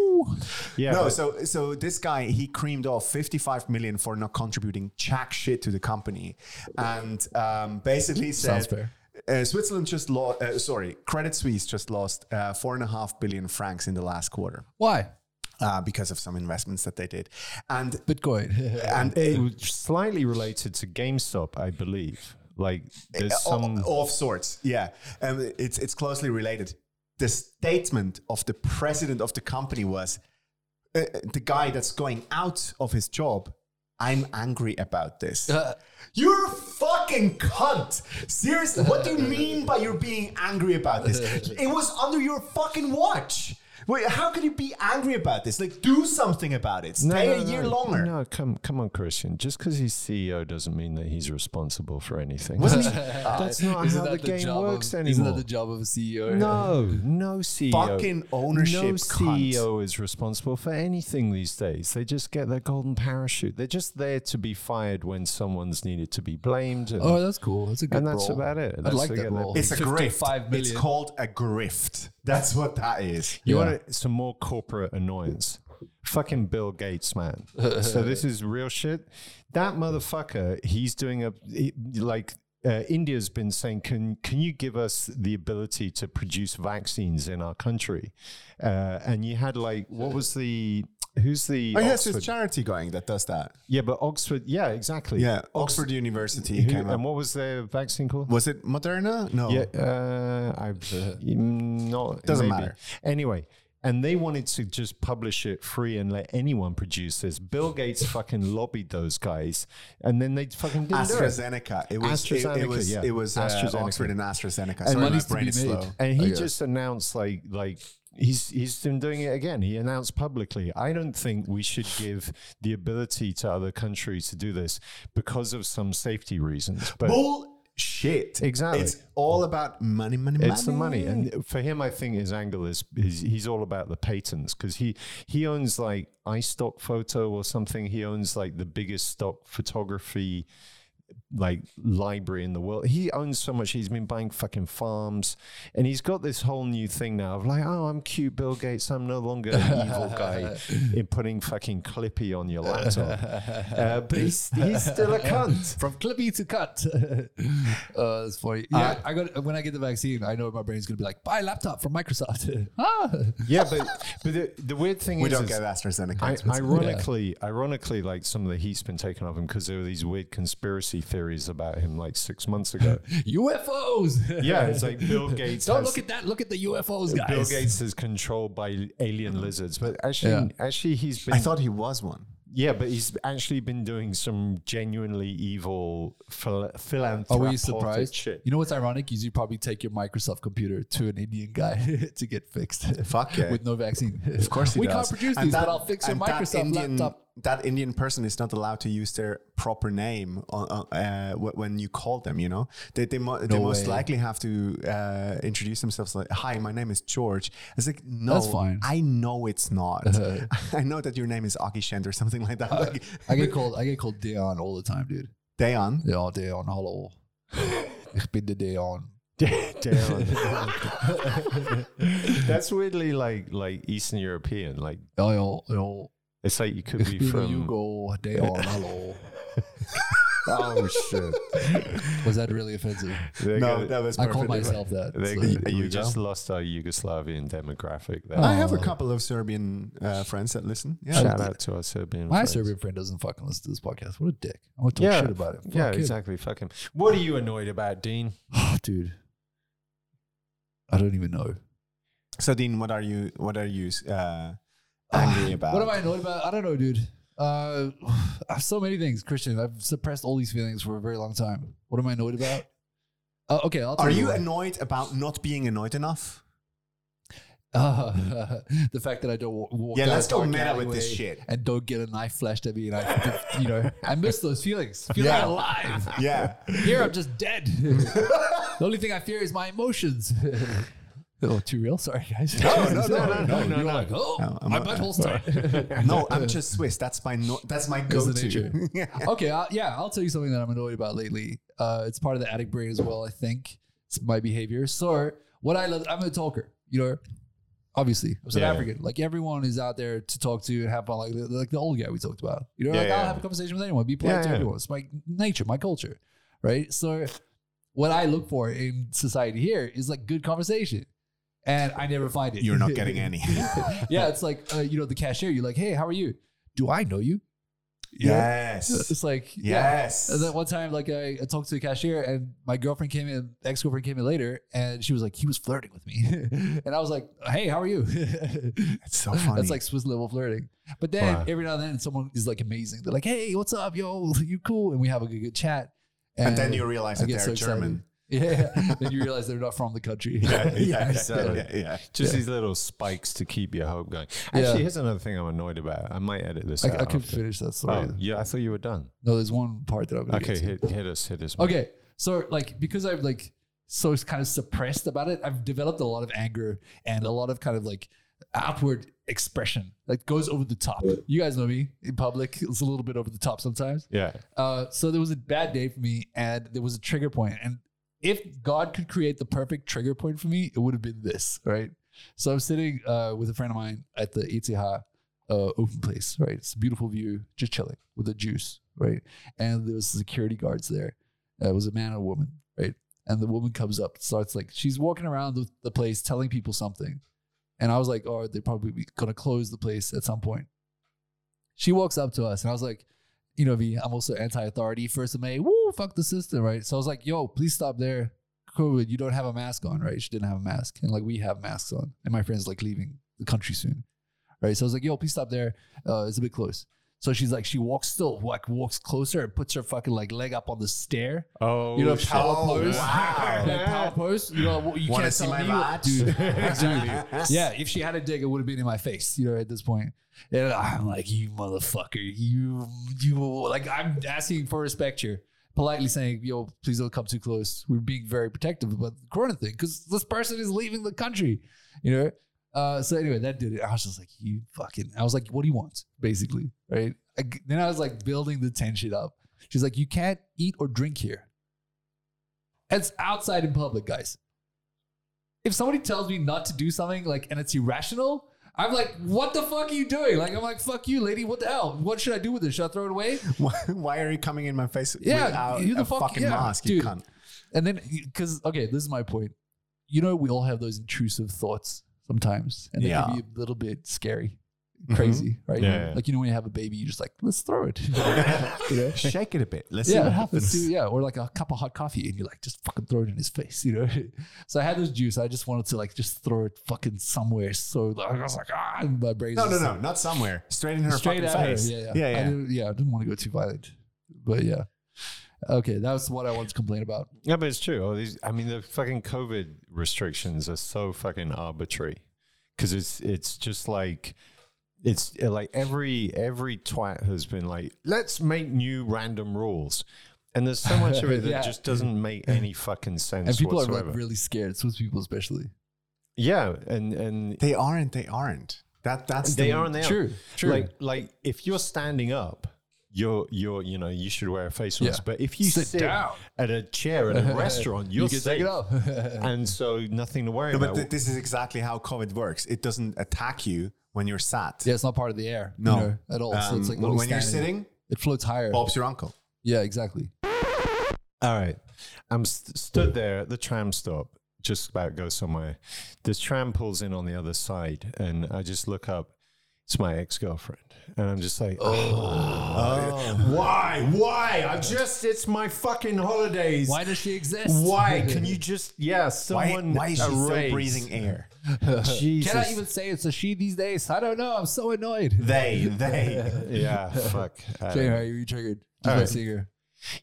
Speaker 3: Yeah,
Speaker 1: no,
Speaker 3: but-
Speaker 1: so so this guy he creamed off 55 million for not contributing jack shit to the company, and um, basically said.
Speaker 2: Sounds fair.
Speaker 1: Uh, Switzerland just lost. Uh, sorry, Credit Suisse just lost uh, four and a half billion francs in the last quarter.
Speaker 2: Why?
Speaker 1: uh, because of some investments that they did. And
Speaker 2: Bitcoin.
Speaker 1: and
Speaker 3: It was slightly related to GameStop, I believe. Like there's
Speaker 1: o-
Speaker 3: some
Speaker 1: of sorts. Yeah, um, it's it's closely related. The statement of the president of the company was, uh, uh, "The guy that's going out of his job, I'm angry about this."
Speaker 3: Uh.
Speaker 1: You're a fucking cunt. Seriously, what do you mean by you're being angry about this? It was under your fucking watch. Wait, how can you be angry about this? Like, do something about it. Stay a year longer.
Speaker 3: No, come come on, Christian. Just because he's CEO doesn't mean that he's responsible for anything.
Speaker 1: Wasn't he- Uh,
Speaker 3: That's not
Speaker 2: Isn't
Speaker 3: how the,
Speaker 2: that
Speaker 3: game
Speaker 2: job
Speaker 3: works
Speaker 2: of, Isn't that
Speaker 3: anymore.
Speaker 2: the job of a E CEO?
Speaker 3: no, no CEO.
Speaker 1: Fucking ownership,
Speaker 3: No
Speaker 1: cunt.
Speaker 3: CEO is responsible for anything these days. They just get their golden parachute. They're just there to be fired when someone's needed to be blamed. and-
Speaker 2: Oh, that's cool. That's a good
Speaker 3: And that's
Speaker 2: role.
Speaker 3: about it.
Speaker 2: I
Speaker 3: That's
Speaker 2: like
Speaker 3: the-
Speaker 2: that role.
Speaker 1: It's a grift.
Speaker 2: 55
Speaker 1: It's
Speaker 2: million.
Speaker 1: called a grift. That's what that is.
Speaker 3: You
Speaker 2: Yeah.
Speaker 3: want some more corporate annoyance? Fucking Bill Gates, man. so this is real shit. That motherfucker, he's doing a he- like. Uh, India's been saying, can can you give us the ability to produce vaccines in our country? Uh, and you had like, what was the who's the
Speaker 1: Oh, yes,
Speaker 3: Oxford-
Speaker 1: it's charity going that does that.
Speaker 3: yeah, but Oxford, yeah, exactly,
Speaker 1: Yeah, Oxford University
Speaker 3: Who-
Speaker 1: came up.
Speaker 3: and what was their vaccine called?
Speaker 1: Was it Moderna? No.
Speaker 3: Yeah, uh, I've mm, not.
Speaker 1: Oh. Doesn't matter.
Speaker 3: Anyway, and they wanted to just publish it free and let anyone produce this. Bill Gates fucking lobbied those guys, and then they fucking didn't do it.
Speaker 1: AstraZeneca. It was it- It,
Speaker 3: AstraZeneca,
Speaker 1: was
Speaker 3: yeah.
Speaker 1: it was uh,
Speaker 3: AstraZeneca.
Speaker 1: Oxford and AstraZeneca. Sorry, my
Speaker 2: money's to
Speaker 1: brain
Speaker 2: be
Speaker 1: is
Speaker 2: made.
Speaker 1: slow.
Speaker 3: And he
Speaker 2: Okay.
Speaker 3: just announced like like he's he's been doing it again. He announced publicly. I don't think we should give the ability to other countries to do this because of some safety reasons. But
Speaker 1: Bullshit.
Speaker 3: Exactly.
Speaker 1: It's all about money, money, money.
Speaker 3: It's the money, and for him, I think his angle is, is he's all about the patents because he he owns like iStock Photo or something. He owns like the biggest stock photography like library in the world. He owns so much. He's been buying fucking farms, and he's got this whole new thing now of like, oh, I'm cute, Bill Gates. I'm no longer an evil guy in putting fucking Clippy on your laptop. Uh, but he's, he's still a cunt.
Speaker 2: From clippy to cut. uh, that's funny. Yeah, I got when I get the vaccine, I know my brain's gonna be like, buy a laptop from Microsoft. ah,
Speaker 3: Yeah, but but the, the weird thing
Speaker 1: We
Speaker 3: is,
Speaker 1: don't
Speaker 3: is
Speaker 1: get AstraZeneca.
Speaker 3: I,
Speaker 1: It's expensive.
Speaker 3: ironically, ironically, like some of the heat's been taken off him because there were these weird conspiracy theories about him like six months ago.
Speaker 2: UFOs.
Speaker 3: yeah, it's like Bill Gates.
Speaker 2: Don't
Speaker 3: has-
Speaker 2: look at that. Look at the UFOs, guys.
Speaker 3: Bill Gates is controlled by alien lizards, but actually, actually, he's been
Speaker 1: I thought he was one.
Speaker 3: yeah, but he's actually been doing some genuinely evil phil-
Speaker 2: Are
Speaker 3: philanthropic.
Speaker 2: we surprised?
Speaker 3: Shit.
Speaker 2: You know what's ironic is you probably take your Microsoft computer to an Indian guy to get fixed.
Speaker 1: Fuck yeah.
Speaker 2: With no vaccine.
Speaker 1: Of course he
Speaker 2: we
Speaker 1: does.
Speaker 2: can't produce
Speaker 1: And
Speaker 2: these,
Speaker 1: that-
Speaker 2: but I'll fix your
Speaker 1: and that
Speaker 2: Microsoft
Speaker 1: Indian-
Speaker 2: laptop.
Speaker 1: That Indian person is not allowed to use their proper name on, on, uh, wh- when you call them. You know, they they, mo- they most
Speaker 2: way.
Speaker 1: likely have to uh, introduce themselves like, "Hi, my name is George." It's like, no,
Speaker 2: That's fine. Uh-huh.
Speaker 1: I know it's not. I know that your name is Akishend or something like that. like,
Speaker 2: I get called I get called Dion all the time, dude.
Speaker 1: Dayan.
Speaker 2: Ja, Dion, hallo. ich bin der Dion.
Speaker 3: Damn. That's weirdly like like Eastern European. Like
Speaker 2: Ja, ja, ja.
Speaker 3: it's like you could
Speaker 2: Ich
Speaker 3: be
Speaker 2: bin
Speaker 3: from
Speaker 2: Hugo. Dion, hallo.
Speaker 3: Oh shit!
Speaker 2: Was that really offensive?
Speaker 3: They're
Speaker 1: No,
Speaker 3: gonna-
Speaker 1: that was
Speaker 2: I
Speaker 1: perfect.
Speaker 2: called myself that.
Speaker 3: They,
Speaker 2: so-
Speaker 1: you-
Speaker 3: you
Speaker 1: you
Speaker 3: just
Speaker 1: go.
Speaker 3: lost our Yugoslavian demographic there.
Speaker 2: Oh,
Speaker 1: I have a couple of Serbian uh, friends that listen. Yeah,
Speaker 3: Shout out to our Serbian
Speaker 2: My
Speaker 3: friends.
Speaker 2: Serbian friend doesn't fucking listen to this podcast. What a dick. I want to talk
Speaker 3: Yeah,
Speaker 2: shit about it. Fuck
Speaker 3: yeah,
Speaker 2: him.
Speaker 3: exactly. Fuck him. What are you annoyed about, Dean?
Speaker 2: Dude. I don't even know.
Speaker 1: So, Dean, what are you? What are you uh, angry about?
Speaker 2: Ah, What am I annoyed about? I don't know, dude. Uh, I have so many things, Christian. I've suppressed all these feelings for a very long time. What am I annoyed about? Uh, okay, I'll tell
Speaker 1: Are you
Speaker 2: what.
Speaker 1: annoyed about not being annoyed enough?
Speaker 2: Uh, the fact that I don't wa- walk
Speaker 1: Yeah,
Speaker 2: down
Speaker 1: let's
Speaker 2: a
Speaker 1: go
Speaker 2: dark
Speaker 1: meta with this
Speaker 2: alleyway
Speaker 1: shit.
Speaker 2: and don't get a knife flashed at me, and I, you know, I miss those feelings. Feel like
Speaker 1: Yeah.
Speaker 2: alive.
Speaker 1: Yeah.
Speaker 2: Here, I'm just dead. the only thing I fear is my emotions. oh, too real. Sorry, guys.
Speaker 1: No, no, no, no, no,
Speaker 2: You're like, oh,
Speaker 1: No, I'm
Speaker 2: my
Speaker 1: not-
Speaker 2: butthole's tight.
Speaker 1: no, I'm just Swiss. That's my no- that's my
Speaker 2: That's the
Speaker 1: go-to.
Speaker 2: okay, i yeah, I'll tell you something that I'm annoyed about lately. Uh, it's part of the addict brain as well, I think. It's my behavior. So what I love, I'm a talker. You know, obviously, I'm South
Speaker 3: Yeah.
Speaker 2: African. Like everyone is out there to talk to and have fun. Like the- like the old guy we talked about. You know,
Speaker 3: Yeah,
Speaker 2: like
Speaker 3: yeah.
Speaker 2: I'll have a conversation with anyone. Be polite
Speaker 3: Yeah,
Speaker 2: to
Speaker 3: yeah.
Speaker 2: everyone. It's my nature, my culture, right? So what I look for in society here is like good conversation. and I never find it.
Speaker 1: You're not getting any.
Speaker 2: yeah, it's like uh, you know the cashier. You're like, hey, how are you? Do I know you? You know?
Speaker 1: yes.
Speaker 2: It's like yeah.
Speaker 1: Yes.
Speaker 2: And then one time, like I, I talked to the cashier, and my girlfriend came in, ex girlfriend came in later, and she was like, "He was flirting with me," and I was like, "Hey, how are you?"
Speaker 1: It's so funny.
Speaker 2: That's like Swiss level flirting. But then
Speaker 3: Wow.
Speaker 2: every now and then, someone is like amazing. They're like, "Hey, what's up, yo? You cool?" And we have a good, good chat.
Speaker 1: and then you realize
Speaker 2: I
Speaker 1: that they're
Speaker 2: get so excited.
Speaker 1: German.
Speaker 2: Yeah. then you realize they're not from the country.
Speaker 3: yeah,
Speaker 1: So,
Speaker 3: exactly.
Speaker 1: yeah, yeah.
Speaker 3: Just these little spikes to keep your hope going.
Speaker 2: Yeah.
Speaker 3: Actually, here's another thing I'm annoyed about. I might edit this out.
Speaker 2: I, I could
Speaker 3: after.
Speaker 2: finish that story.
Speaker 3: Oh, yeah, I thought you were done.
Speaker 2: No, there's one part that I'm gonna
Speaker 3: Okay,
Speaker 2: Get to.
Speaker 3: hit, hit us, hit us. mate.
Speaker 2: Okay. So like because I've like so it's kind of suppressed about it, I've developed a lot of anger and a lot of kind of like outward expression that goes over the top. You guys know me in public; it's a little bit over the top sometimes.
Speaker 3: Yeah.
Speaker 2: Uh, so there was a bad day for me, and there was a trigger point. And if God could create the perfect trigger point for me, it would have been this, right? So I'm sitting uh, with a friend of mine at the Etihad uh, open place, right? It's a beautiful view, just chilling with a juice, right? And there was security guards there. Uh, it was a man and a woman, right? And the woman comes up, starts like she's walking around the, the place, telling people something. And I was like, "Oh, they're probably be- gonna close the place at some point." She walks up to us, and I was like, you know me, I'm also anti-authority, First Amendment, woo, fuck the system, right? So I was like, yo, please stop there. COVID, you don't have a mask on, right? She didn't have a mask. And like we have masks on. And my friend's like leaving the country soon. Right. So I was like, yo, please stop there. Uh, it's a bit close. So she's like, she walks still, like walks closer and puts her fucking like leg up on the stair.
Speaker 3: Oh,
Speaker 2: You know,
Speaker 3: shit.
Speaker 2: power
Speaker 1: Oh,
Speaker 2: pose.
Speaker 1: wow.
Speaker 2: Like, power pose. You know, you
Speaker 1: Wanna
Speaker 2: can't
Speaker 1: see
Speaker 2: tell
Speaker 1: my
Speaker 2: me what-
Speaker 1: watch?
Speaker 2: dude. Exactly. yeah, if she had a dick, it would have been in my face, you know, at this point. And I'm like, you motherfucker, you, you, like, I'm asking for respect here, politely saying, yo, please don't come too close. We're being very protective about the corona thing because this person is leaving the country, you know? Uh, so anyway, that did it. I was just like, you fucking, I was like, what do you want? Basically, right? I g then I was like building the tension up. She's like, you can't eat or drink here. It's outside in public, guys if somebody tells me not to do something like and it's irrational i'm like what the fuck are you doing like i'm like fuck you lady what the hell what should i do with this should i throw it away
Speaker 1: Why, why are you coming in my face
Speaker 2: Yeah,
Speaker 1: without
Speaker 2: you the
Speaker 1: a
Speaker 2: fuck-
Speaker 1: fucking
Speaker 2: yeah,
Speaker 1: mask, you
Speaker 2: dude.
Speaker 1: cunt?
Speaker 2: and then because okay this is my point you know we all have those intrusive thoughts sometimes and they
Speaker 1: Yeah. Mm-hmm.
Speaker 2: can be a little bit scary crazy right
Speaker 3: Yeah.
Speaker 2: like you know when you have a baby you're just like let's throw it
Speaker 1: Mm-hmm. Shake it a bit. Let's see
Speaker 2: yeah,
Speaker 1: what
Speaker 2: let's
Speaker 1: happens.
Speaker 2: do- yeah, or like a cup of hot coffee, and you're like, just fucking throw it in his face, you know. so I had this juice. I just wanted to like just throw it fucking somewhere. So like, I was like, ah, and my brain's
Speaker 1: No, no,
Speaker 2: just
Speaker 1: no, not somewhere. Straight in her
Speaker 2: straight at
Speaker 1: fucking face.
Speaker 2: her. Yeah, yeah,
Speaker 1: yeah.
Speaker 2: I didn't, yeah, I didn't want to go too violent, but yeah. Okay, that was what I wanted to complain about.
Speaker 3: Yeah, but it's true. All these, I mean, the fucking COVID restrictions are so fucking arbitrary because it's it's just like it's uh, like every every twat has been like, let's make new random rules, and there's so much of it that
Speaker 2: Yeah.
Speaker 3: just doesn't make any fucking sense
Speaker 2: And people are
Speaker 3: whatsoever.
Speaker 2: like really scared, Swiss people especially.
Speaker 3: yeah, and and
Speaker 1: They aren't. They aren't. That that's
Speaker 3: they
Speaker 1: the-
Speaker 3: are and they
Speaker 2: True,
Speaker 3: are.
Speaker 2: true.
Speaker 3: Like like if you're standing up. You're, you're, you know, you should wear a face mask.
Speaker 2: Yeah.
Speaker 3: But if you sit,
Speaker 2: Sit down.
Speaker 3: at a chair at a restaurant, you're
Speaker 2: you can take
Speaker 3: safe.
Speaker 2: it off.
Speaker 3: and so nothing to worry
Speaker 1: No, but
Speaker 3: about.
Speaker 1: th- this is exactly how COVID works. It doesn't attack you when you're sat.
Speaker 2: yeah, it's not part of the air, you
Speaker 1: No.
Speaker 2: know, at all. so
Speaker 1: Um,
Speaker 2: it's like
Speaker 1: when,
Speaker 2: literally
Speaker 1: you're
Speaker 2: standing.
Speaker 1: sitting,
Speaker 2: it floats higher.
Speaker 1: Bob's your uncle.
Speaker 2: Yeah, exactly.
Speaker 3: All right. I'm st- stood there at the tram stop, just about to go somewhere. This tram pulls in on the other side, and I just look up. It's my ex girlfriend. And I'm just like, oh, why? Why? I just, it's my fucking holidays.
Speaker 2: Why does she exist?
Speaker 3: Why? Can you just, yeah,
Speaker 1: Why,
Speaker 3: someone.
Speaker 1: why is she
Speaker 3: erase.
Speaker 1: still breathing air?
Speaker 3: Jesus.
Speaker 2: Can I even say it's a she these days? I don't know. I'm so annoyed.
Speaker 1: They, they.
Speaker 3: Yeah, fuck. I
Speaker 2: Jay,
Speaker 3: don't-
Speaker 2: are you triggered? Just by
Speaker 3: right.
Speaker 2: seeing her.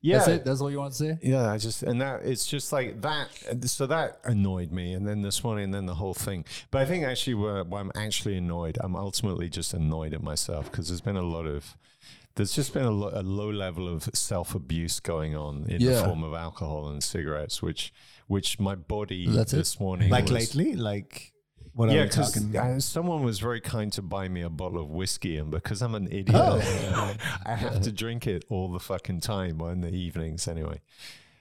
Speaker 3: Yeah.
Speaker 2: That's it. That's all you want to say.
Speaker 3: Yeah, I just and that it's just like that. So that annoyed me, and then this morning, and then the whole thing. But I think actually, where, where I'm actually annoyed, I'm ultimately just annoyed at myself because there's been a lot of, there's just been a, lo- a low level of self abuse going on in the
Speaker 2: Yeah.
Speaker 3: form of alcohol and cigarettes, which which my body
Speaker 2: That's it.
Speaker 3: this morning
Speaker 1: Like
Speaker 3: was-
Speaker 1: lately, like what are
Speaker 3: Yeah,
Speaker 1: we talking?
Speaker 3: because someone was very kind to buy me a bottle of whiskey, and because I'm an idiot,
Speaker 1: Oh.
Speaker 3: I have to drink it all the fucking time or in the evenings anyway.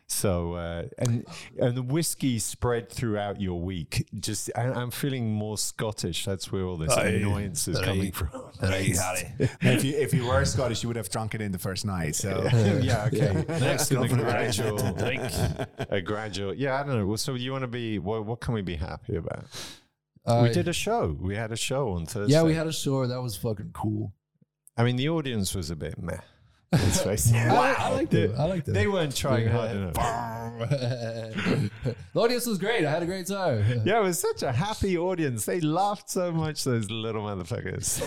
Speaker 3: So uh, and and the whiskey spread throughout your week. Just I, I'm feeling more Scottish. That's where all this annoyance is coming from.
Speaker 1: if you if you were Scottish, you would have drunk it in the first night. So
Speaker 3: yeah, okay. That's a
Speaker 1: girlfriend.
Speaker 3: gradual, a gradual. Yeah, I don't know. Well, So you want to be? What, what can we be happy about?
Speaker 2: Uh,
Speaker 3: we did a show. We had a show on Thursday.
Speaker 2: yeah, we had a show. That was fucking cool.
Speaker 3: I mean, the audience was a bit meh. Let's face it.
Speaker 2: I, I liked it. I liked it.
Speaker 3: They weren't trying hard enough.
Speaker 2: the audience was great. I had a great time.
Speaker 3: Yeah, it was such a happy audience. They laughed so much, those little motherfuckers.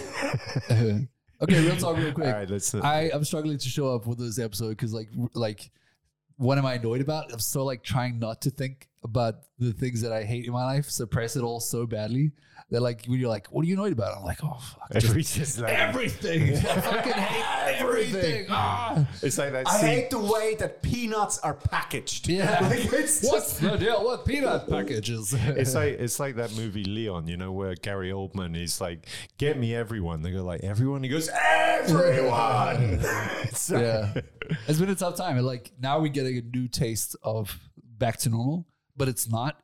Speaker 2: okay, real talk, real
Speaker 3: All
Speaker 2: quick.
Speaker 3: right, let's.
Speaker 2: I, I'm struggling to show up with this episode because, like, w- like, what am I annoyed about? I'm so like trying not to think about the things that I hate in my life, suppress it all so badly that, like, when you're like, "What are you annoyed about?" I'm like, "Oh fuck, just
Speaker 3: we just like,
Speaker 2: everything! I fucking hate everything!" Ah.
Speaker 3: it's like that
Speaker 1: I
Speaker 3: scene.
Speaker 1: hate the way that peanuts are packaged.
Speaker 2: Yeah.
Speaker 1: Like, it's
Speaker 2: What's the deal with peanut packages?
Speaker 3: it's like it's like that movie Leon, you know, where Gary Oldman is like, "Get me everyone." They go like, "Everyone." He goes, "Everyone." So-
Speaker 2: yeah it's been a tough time and like now we're getting a new taste of back to normal but it's not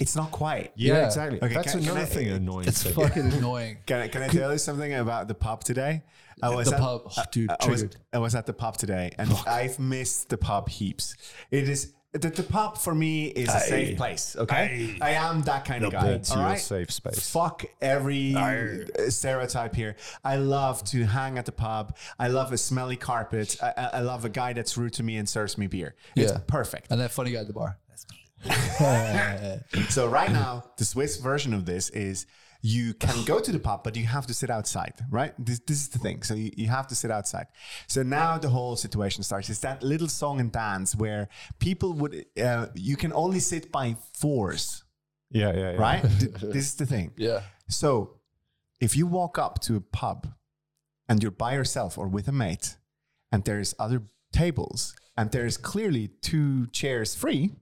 Speaker 1: It's not quite.
Speaker 3: Yeah,
Speaker 2: Yeah.
Speaker 3: exactly.
Speaker 1: Okay,
Speaker 3: That's
Speaker 1: can- can
Speaker 3: another
Speaker 1: I-
Speaker 3: thing annoying.
Speaker 2: it's
Speaker 3: thing.
Speaker 2: fucking annoying
Speaker 1: Can I, can I tell you something about the pub today? I was
Speaker 2: the
Speaker 1: at,
Speaker 2: pub oh, dude
Speaker 1: I was,
Speaker 2: triggered
Speaker 1: I was at the pub today and I've missed the pub heaps. It is the, the pub for me is a safe place. Okay, I, am that kind of guy.
Speaker 3: It's
Speaker 1: all
Speaker 3: your
Speaker 1: right?
Speaker 3: safe space.
Speaker 1: Fuck every uh, stereotype here. I love to hang at the pub. I love a smelly carpet. I, I- I love a guy that's rude to me and serves me beer. It's
Speaker 2: Yeah.
Speaker 1: perfect.
Speaker 2: and that funny guy at the bar that's me
Speaker 1: So right now, the Swiss version of this is you can go to the pub, but you have to sit outside, right? This, this is the thing. So you, you have to sit outside. So now the whole situation starts. It's that little song and dance where people would, uh, you can only sit by fours,
Speaker 3: Yeah, yeah, yeah.
Speaker 1: right? Th- this is the thing.
Speaker 2: yeah
Speaker 1: So if you walk up to a pub and you're by yourself or with a mate and there's other tables and there's clearly two chairs free,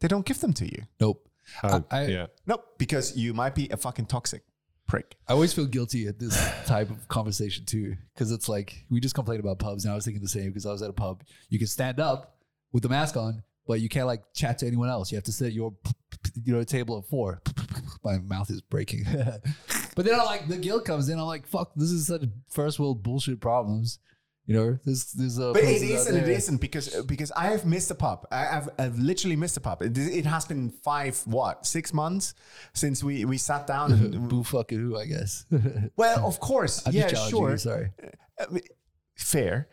Speaker 1: they don't give them to you.
Speaker 2: nope
Speaker 3: Oh,
Speaker 2: I- I-
Speaker 3: yeah.
Speaker 1: Nope, because you might be a fucking toxic prick.
Speaker 2: I always feel guilty at this type of conversation too, because it's like we just complained about pubs, and I was thinking the same because I was at a pub. You can stand up with the mask on, but you can't like chat to anyone else. You have to sit at your you know table of four. My mouth is breaking, but then I like the guilt comes in. I'm like, fuck, this is such first world bullshit problems. You know, there's there's uh, a
Speaker 1: But it is and it isn't because because I have missed a pub. I, I've, I've literally missed a pub. It, it has been five what six months since we we sat down. And,
Speaker 2: Boo fucking who, I guess.
Speaker 1: well, of course,
Speaker 2: I'm
Speaker 1: yeah,
Speaker 2: just challenging
Speaker 1: sure,
Speaker 2: you, Sorry.
Speaker 1: I mean, fair.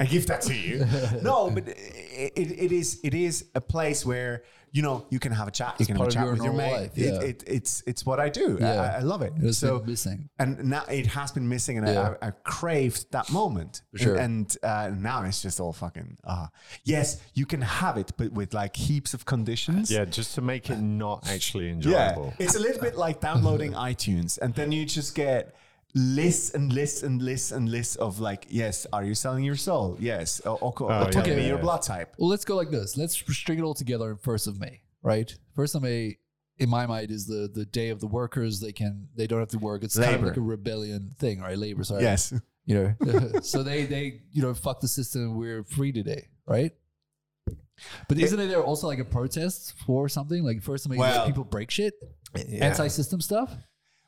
Speaker 1: I give that to you. No, but it, it, it is it is a place where you know you can have a chat. you can have a
Speaker 2: part of
Speaker 1: chat
Speaker 2: your
Speaker 1: with your
Speaker 2: normal
Speaker 1: mate.
Speaker 2: life,
Speaker 1: It-
Speaker 2: yeah.
Speaker 1: it- it's it's what I do. I-
Speaker 2: Yeah.
Speaker 1: I, I love it.
Speaker 2: It was
Speaker 1: so
Speaker 2: missing.
Speaker 1: and now it has been missing, and
Speaker 2: Yeah.
Speaker 1: I, I, I craved that moment.
Speaker 2: Sure.
Speaker 1: And, uh, now it's just all fucking. Uh, yes, you can have it, but with like heaps of conditions.
Speaker 3: Yeah, just to make it not actually
Speaker 1: Yeah.
Speaker 3: enjoyable.
Speaker 1: It's a little bit like downloading iTunes, and then you just get lists and lists and lists and lists of like, yes, are you selling your soul? Yes. Or, or, or
Speaker 3: Oh,
Speaker 1: tell
Speaker 3: yeah,
Speaker 1: me
Speaker 3: yeah,
Speaker 1: your
Speaker 3: yeah.
Speaker 1: blood type.
Speaker 2: Well, let's go like this. Let's string it all together on first of May, right? First of May, in my mind, is the the day of the workers. They can they don't have to work. It's kind of
Speaker 1: Labor.
Speaker 2: like a rebellion thing, right? Labor, sorry.
Speaker 1: Yes.
Speaker 2: You know, so they they you know fuck the system. We're free today, right? But isn't there also like a protest for something like first of May?
Speaker 1: Well-
Speaker 2: people break shit,
Speaker 3: Yeah.
Speaker 2: anti-system stuff.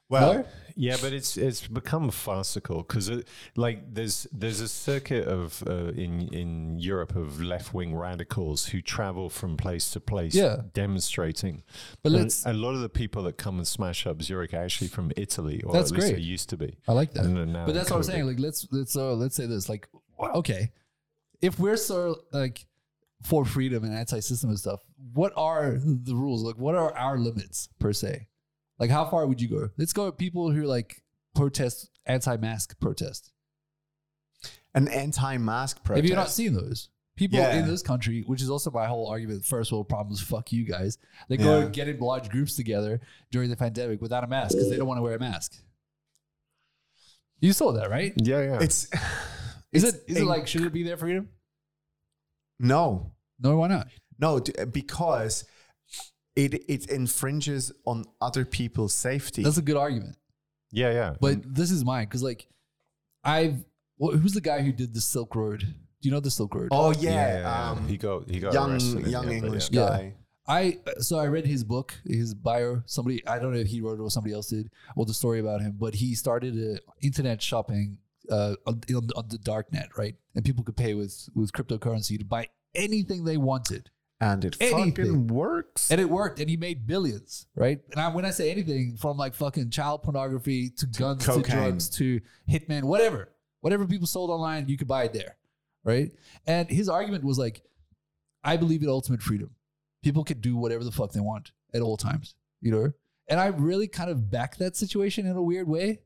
Speaker 1: Well,
Speaker 2: No?
Speaker 3: Yeah, but it's it's become farcical because like there's there's a circuit of uh, in in Europe of left wing radicals who travel from place to place,
Speaker 2: Yeah.
Speaker 3: demonstrating.
Speaker 2: But
Speaker 1: uh,
Speaker 3: And
Speaker 2: let's-
Speaker 3: a lot of the people that come and smash up Zurich are actually from Italy, or
Speaker 2: That's
Speaker 3: at least
Speaker 2: great.
Speaker 3: they used to be.
Speaker 2: I like that.
Speaker 3: And then now
Speaker 2: but
Speaker 3: they
Speaker 2: that's what I'm
Speaker 3: could be.
Speaker 2: saying. Like, let's let's uh, let's say this. Like, wh- okay, if we're so like for freedom and anti-system and stuff, what are the rules? Like, what are our limits per se? Like, how far would you go? Let's go with people who like protest anti-mask protest.
Speaker 1: an anti-mask protest.
Speaker 2: Have you not seen those? People
Speaker 1: Yeah.
Speaker 2: in this country, which is also my whole argument, first world problems, fuck you guys. They go
Speaker 1: Yeah.
Speaker 2: and get in large groups together during the pandemic without a mask because they don't want to wear a mask. You saw that, right?
Speaker 3: Yeah, yeah.
Speaker 1: It's
Speaker 2: Is
Speaker 1: It's
Speaker 2: it is it
Speaker 1: inc-
Speaker 2: like should it be their freedom?
Speaker 1: no.
Speaker 2: No, why not?
Speaker 1: No, d- because it it infringes on other people's safety.
Speaker 2: That's a good argument.
Speaker 3: yeah, yeah.
Speaker 2: But this is mine because like I've wh- who's the guy who did the Silk Road? Do you know the Silk Road?
Speaker 1: oh
Speaker 3: yeah,
Speaker 1: yeah,
Speaker 3: yeah,
Speaker 1: um,
Speaker 3: he got he got
Speaker 1: young
Speaker 3: arrested in
Speaker 1: young
Speaker 3: the end, but
Speaker 1: English
Speaker 2: yeah.
Speaker 1: guy.
Speaker 2: I so I read his book, his bio. Somebody I don't know if he wrote it or somebody else did, or the story about him. But he started a internet shopping uh, on, on, on the dark net, right? And people could pay with with cryptocurrency to buy anything they wanted.
Speaker 1: and it fucking
Speaker 2: Anything.
Speaker 1: works.
Speaker 2: And it worked, and he made billions, right? And I, when I say anything, from like fucking child pornography to guns to
Speaker 1: cocaine.
Speaker 2: drugs to hitman, whatever, whatever people sold online, you could buy it there, right? And his argument was like, I believe in ultimate freedom. People could do whatever the fuck they want at all times, you know? And I really kind of back that situation in a weird way.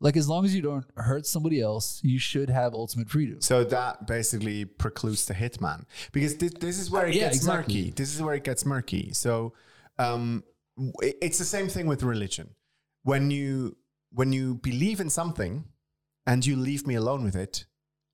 Speaker 2: Like, as long as you don't hurt somebody else, you should have ultimate freedom.
Speaker 1: So that basically precludes the hitman because this, this is where it
Speaker 2: Yeah,
Speaker 1: gets
Speaker 2: exactly.
Speaker 1: murky. This is where it gets murky. So um, w- it- it's the same thing with religion. When you when you believe in something and you leave me alone with it,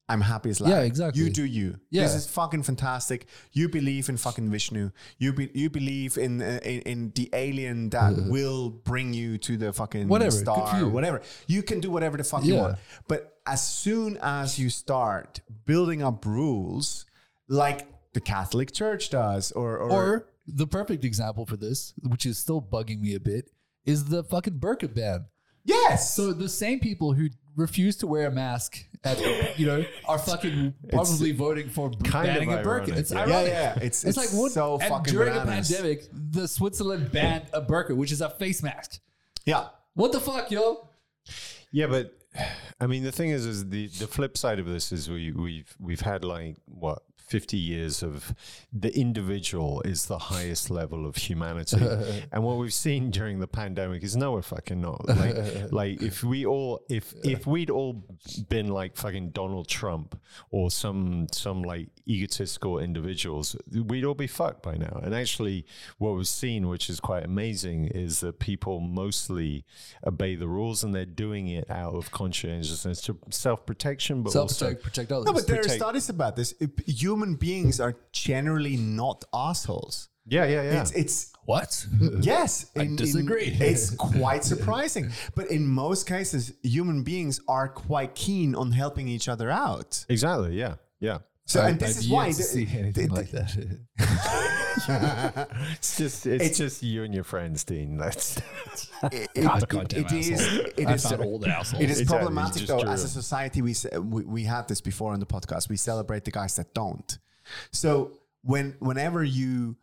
Speaker 1: I'm happy as loud.
Speaker 2: Yeah, exactly.
Speaker 1: You do you. This
Speaker 2: Yeah.
Speaker 1: is fucking fantastic. You believe in fucking Vishnu. You be, you believe in, uh, in in the alien that will bring you to the fucking
Speaker 2: Whatever, good
Speaker 1: star,
Speaker 2: for you.
Speaker 1: whatever. You can do whatever the fuck you
Speaker 2: Yeah.
Speaker 1: want. But as soon as you start building up rules, like the Catholic Church does, or or,
Speaker 2: Or the perfect example for this, which is still bugging me a bit, is the fucking burqa ban.
Speaker 1: yes,
Speaker 2: So the same people who refuse to wear a mask at you know are fucking probably voting for
Speaker 3: kind of
Speaker 2: banning a burqa.
Speaker 3: ironic,
Speaker 2: It's
Speaker 3: yeah.
Speaker 1: yeah,
Speaker 2: ironic.
Speaker 1: yeah, it's
Speaker 2: It's, like what?
Speaker 1: so
Speaker 2: and
Speaker 1: fucking
Speaker 2: during
Speaker 1: bananas.
Speaker 2: a pandemic, the Switzerland banned a burqa, which is a face mask.
Speaker 1: Yeah,
Speaker 2: What the fuck, yo?
Speaker 3: Yeah, but I mean, the thing is, is the, the flip side of this is we we've we've had like what fifty years of the individual is the highest level of humanity, and what we've seen during the pandemic is no, we're fucking not. Like, like if we all if if we'd all been like fucking Donald Trump or some some like egotistical individuals, we'd all be fucked by now. And actually, what we've seen, which is quite amazing, is that people mostly obey the rules and they're doing it out of conscientiousness to self protection, but
Speaker 2: Self
Speaker 3: also
Speaker 2: protect, protect others.
Speaker 1: no, but there are
Speaker 3: protect-
Speaker 1: studies about this. If Human beings are generally not assholes.
Speaker 3: yeah, yeah, yeah.
Speaker 1: It's it's
Speaker 2: what?
Speaker 1: Yes, I
Speaker 2: disagree.
Speaker 1: it's quite surprising, but in most cases, human beings are quite keen on helping each other out.
Speaker 3: exactly, yeah, yeah.
Speaker 1: So, and this is why
Speaker 2: to
Speaker 1: the-
Speaker 2: see anything
Speaker 1: the-
Speaker 2: like that.
Speaker 3: It's just it's, just you and your friends, Dean. That's
Speaker 1: it, it-
Speaker 2: goddamn
Speaker 1: it is
Speaker 2: asshole.
Speaker 1: it
Speaker 2: I
Speaker 1: is
Speaker 2: found all the assholes.
Speaker 1: it is
Speaker 3: Exactly,
Speaker 1: problematic
Speaker 3: just
Speaker 1: though
Speaker 3: true.
Speaker 1: as a society we, se- we we had this before on the podcast we celebrate the guys that don't so when whenever you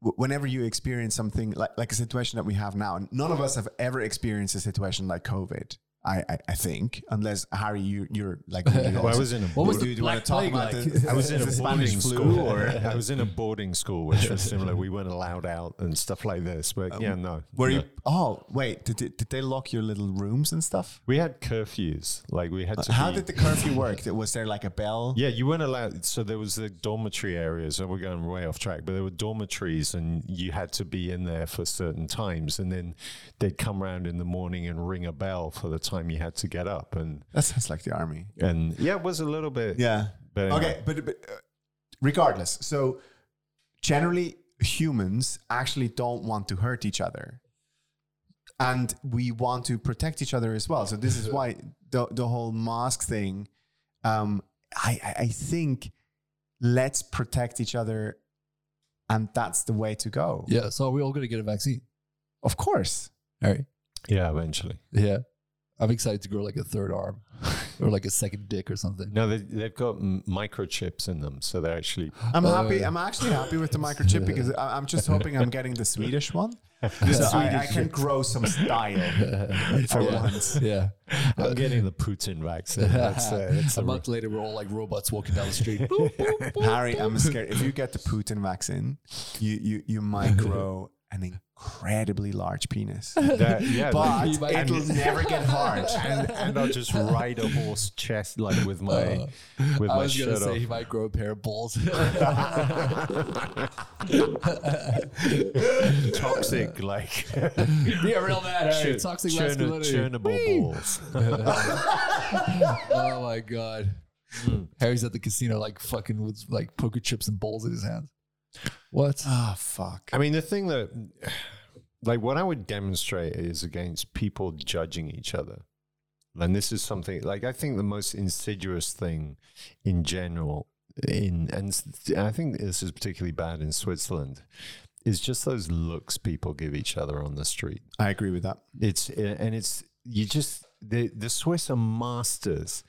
Speaker 1: wh- whenever you experience something like like a situation that we have now and none of us have ever experienced a situation like covid I, I, I think, unless Harry, you, you're like. really
Speaker 3: I
Speaker 1: awesome.
Speaker 3: was in a
Speaker 2: What was
Speaker 1: Do
Speaker 2: the
Speaker 1: you- do you wanna
Speaker 2: Black
Speaker 1: talk
Speaker 2: Plague
Speaker 1: about
Speaker 2: like?
Speaker 1: the-
Speaker 3: I was in a
Speaker 1: the
Speaker 3: boarding
Speaker 1: Spanish
Speaker 3: school.
Speaker 1: flu, or
Speaker 3: I was in a boarding school, which was similar. We weren't allowed out and stuff like this. But yeah, no.
Speaker 1: were
Speaker 3: no.
Speaker 1: you? Oh wait, did, did did they lock your little rooms and stuff?
Speaker 3: We had curfews. Like we had to.
Speaker 1: Uh, How
Speaker 3: be-
Speaker 1: did the curfew work? Was there like a bell?
Speaker 3: Yeah, you weren't allowed. So there was the dormitory areas, and we're going way off track. But there were dormitories, and you had to be in there for certain times, and then they'd come round in the morning and ring a bell for the time you had to get up. And
Speaker 1: That sounds like the army.
Speaker 3: and yeah, it was a little bit.
Speaker 1: Yeah.
Speaker 3: But anyway.
Speaker 1: okay, but, but uh, regardless, so generally humans actually don't want to hurt each other, and we want to protect each other as well. So this is why the the whole mask thing. Um, I I- I think let's protect each other, and that's the way to go.
Speaker 2: yeah. So are we all gonna get a vaccine?
Speaker 1: Of course.
Speaker 2: All right.
Speaker 3: yeah, eventually.
Speaker 2: Yeah. I'm excited to grow like a third arm or like a second dick or something.
Speaker 3: No, they, they've got m- microchips in them, so they're actually.
Speaker 1: I'm
Speaker 2: Uh,
Speaker 1: happy. I'm actually happy with the microchip because I, I'm just hoping I'm getting the Swedish one. so I, I can grow some style for
Speaker 2: Yeah.
Speaker 1: once.
Speaker 2: Yeah.
Speaker 3: I'm getting the Putin vaccine. That's, uh, that's
Speaker 2: a
Speaker 3: a
Speaker 2: month later, we're all like robots walking down the street. Boop, boop, boop.
Speaker 1: Harry, I'm scared. If you get the Putin vaccine, you you you might grow an incredibly large penis,
Speaker 3: that, yeah,
Speaker 1: but
Speaker 2: You might-
Speaker 1: it'll never get hard.
Speaker 3: and, and I'll just ride a horse chest like with my with
Speaker 2: I
Speaker 3: my
Speaker 2: was gonna
Speaker 3: shirt
Speaker 2: say
Speaker 3: off.
Speaker 2: he might grow a pair of balls.
Speaker 3: Toxic like
Speaker 2: Be a real man, Harry. Toxic
Speaker 3: churn-
Speaker 2: masculinity.
Speaker 3: churnable balls.
Speaker 2: Oh my god.
Speaker 3: Hmm.
Speaker 2: Harry's at the casino, like fucking with like poker chips and balls in his hands. What?
Speaker 1: Ah, fuck.
Speaker 3: I mean, the thing that like what I would demonstrate is against people judging each other. And this is something like I think the most insidious thing in general in and s- I think this is particularly bad in Switzerland is just those looks people give each other on the street.
Speaker 1: I agree with that.
Speaker 3: It's and it's you just the the Swiss are masters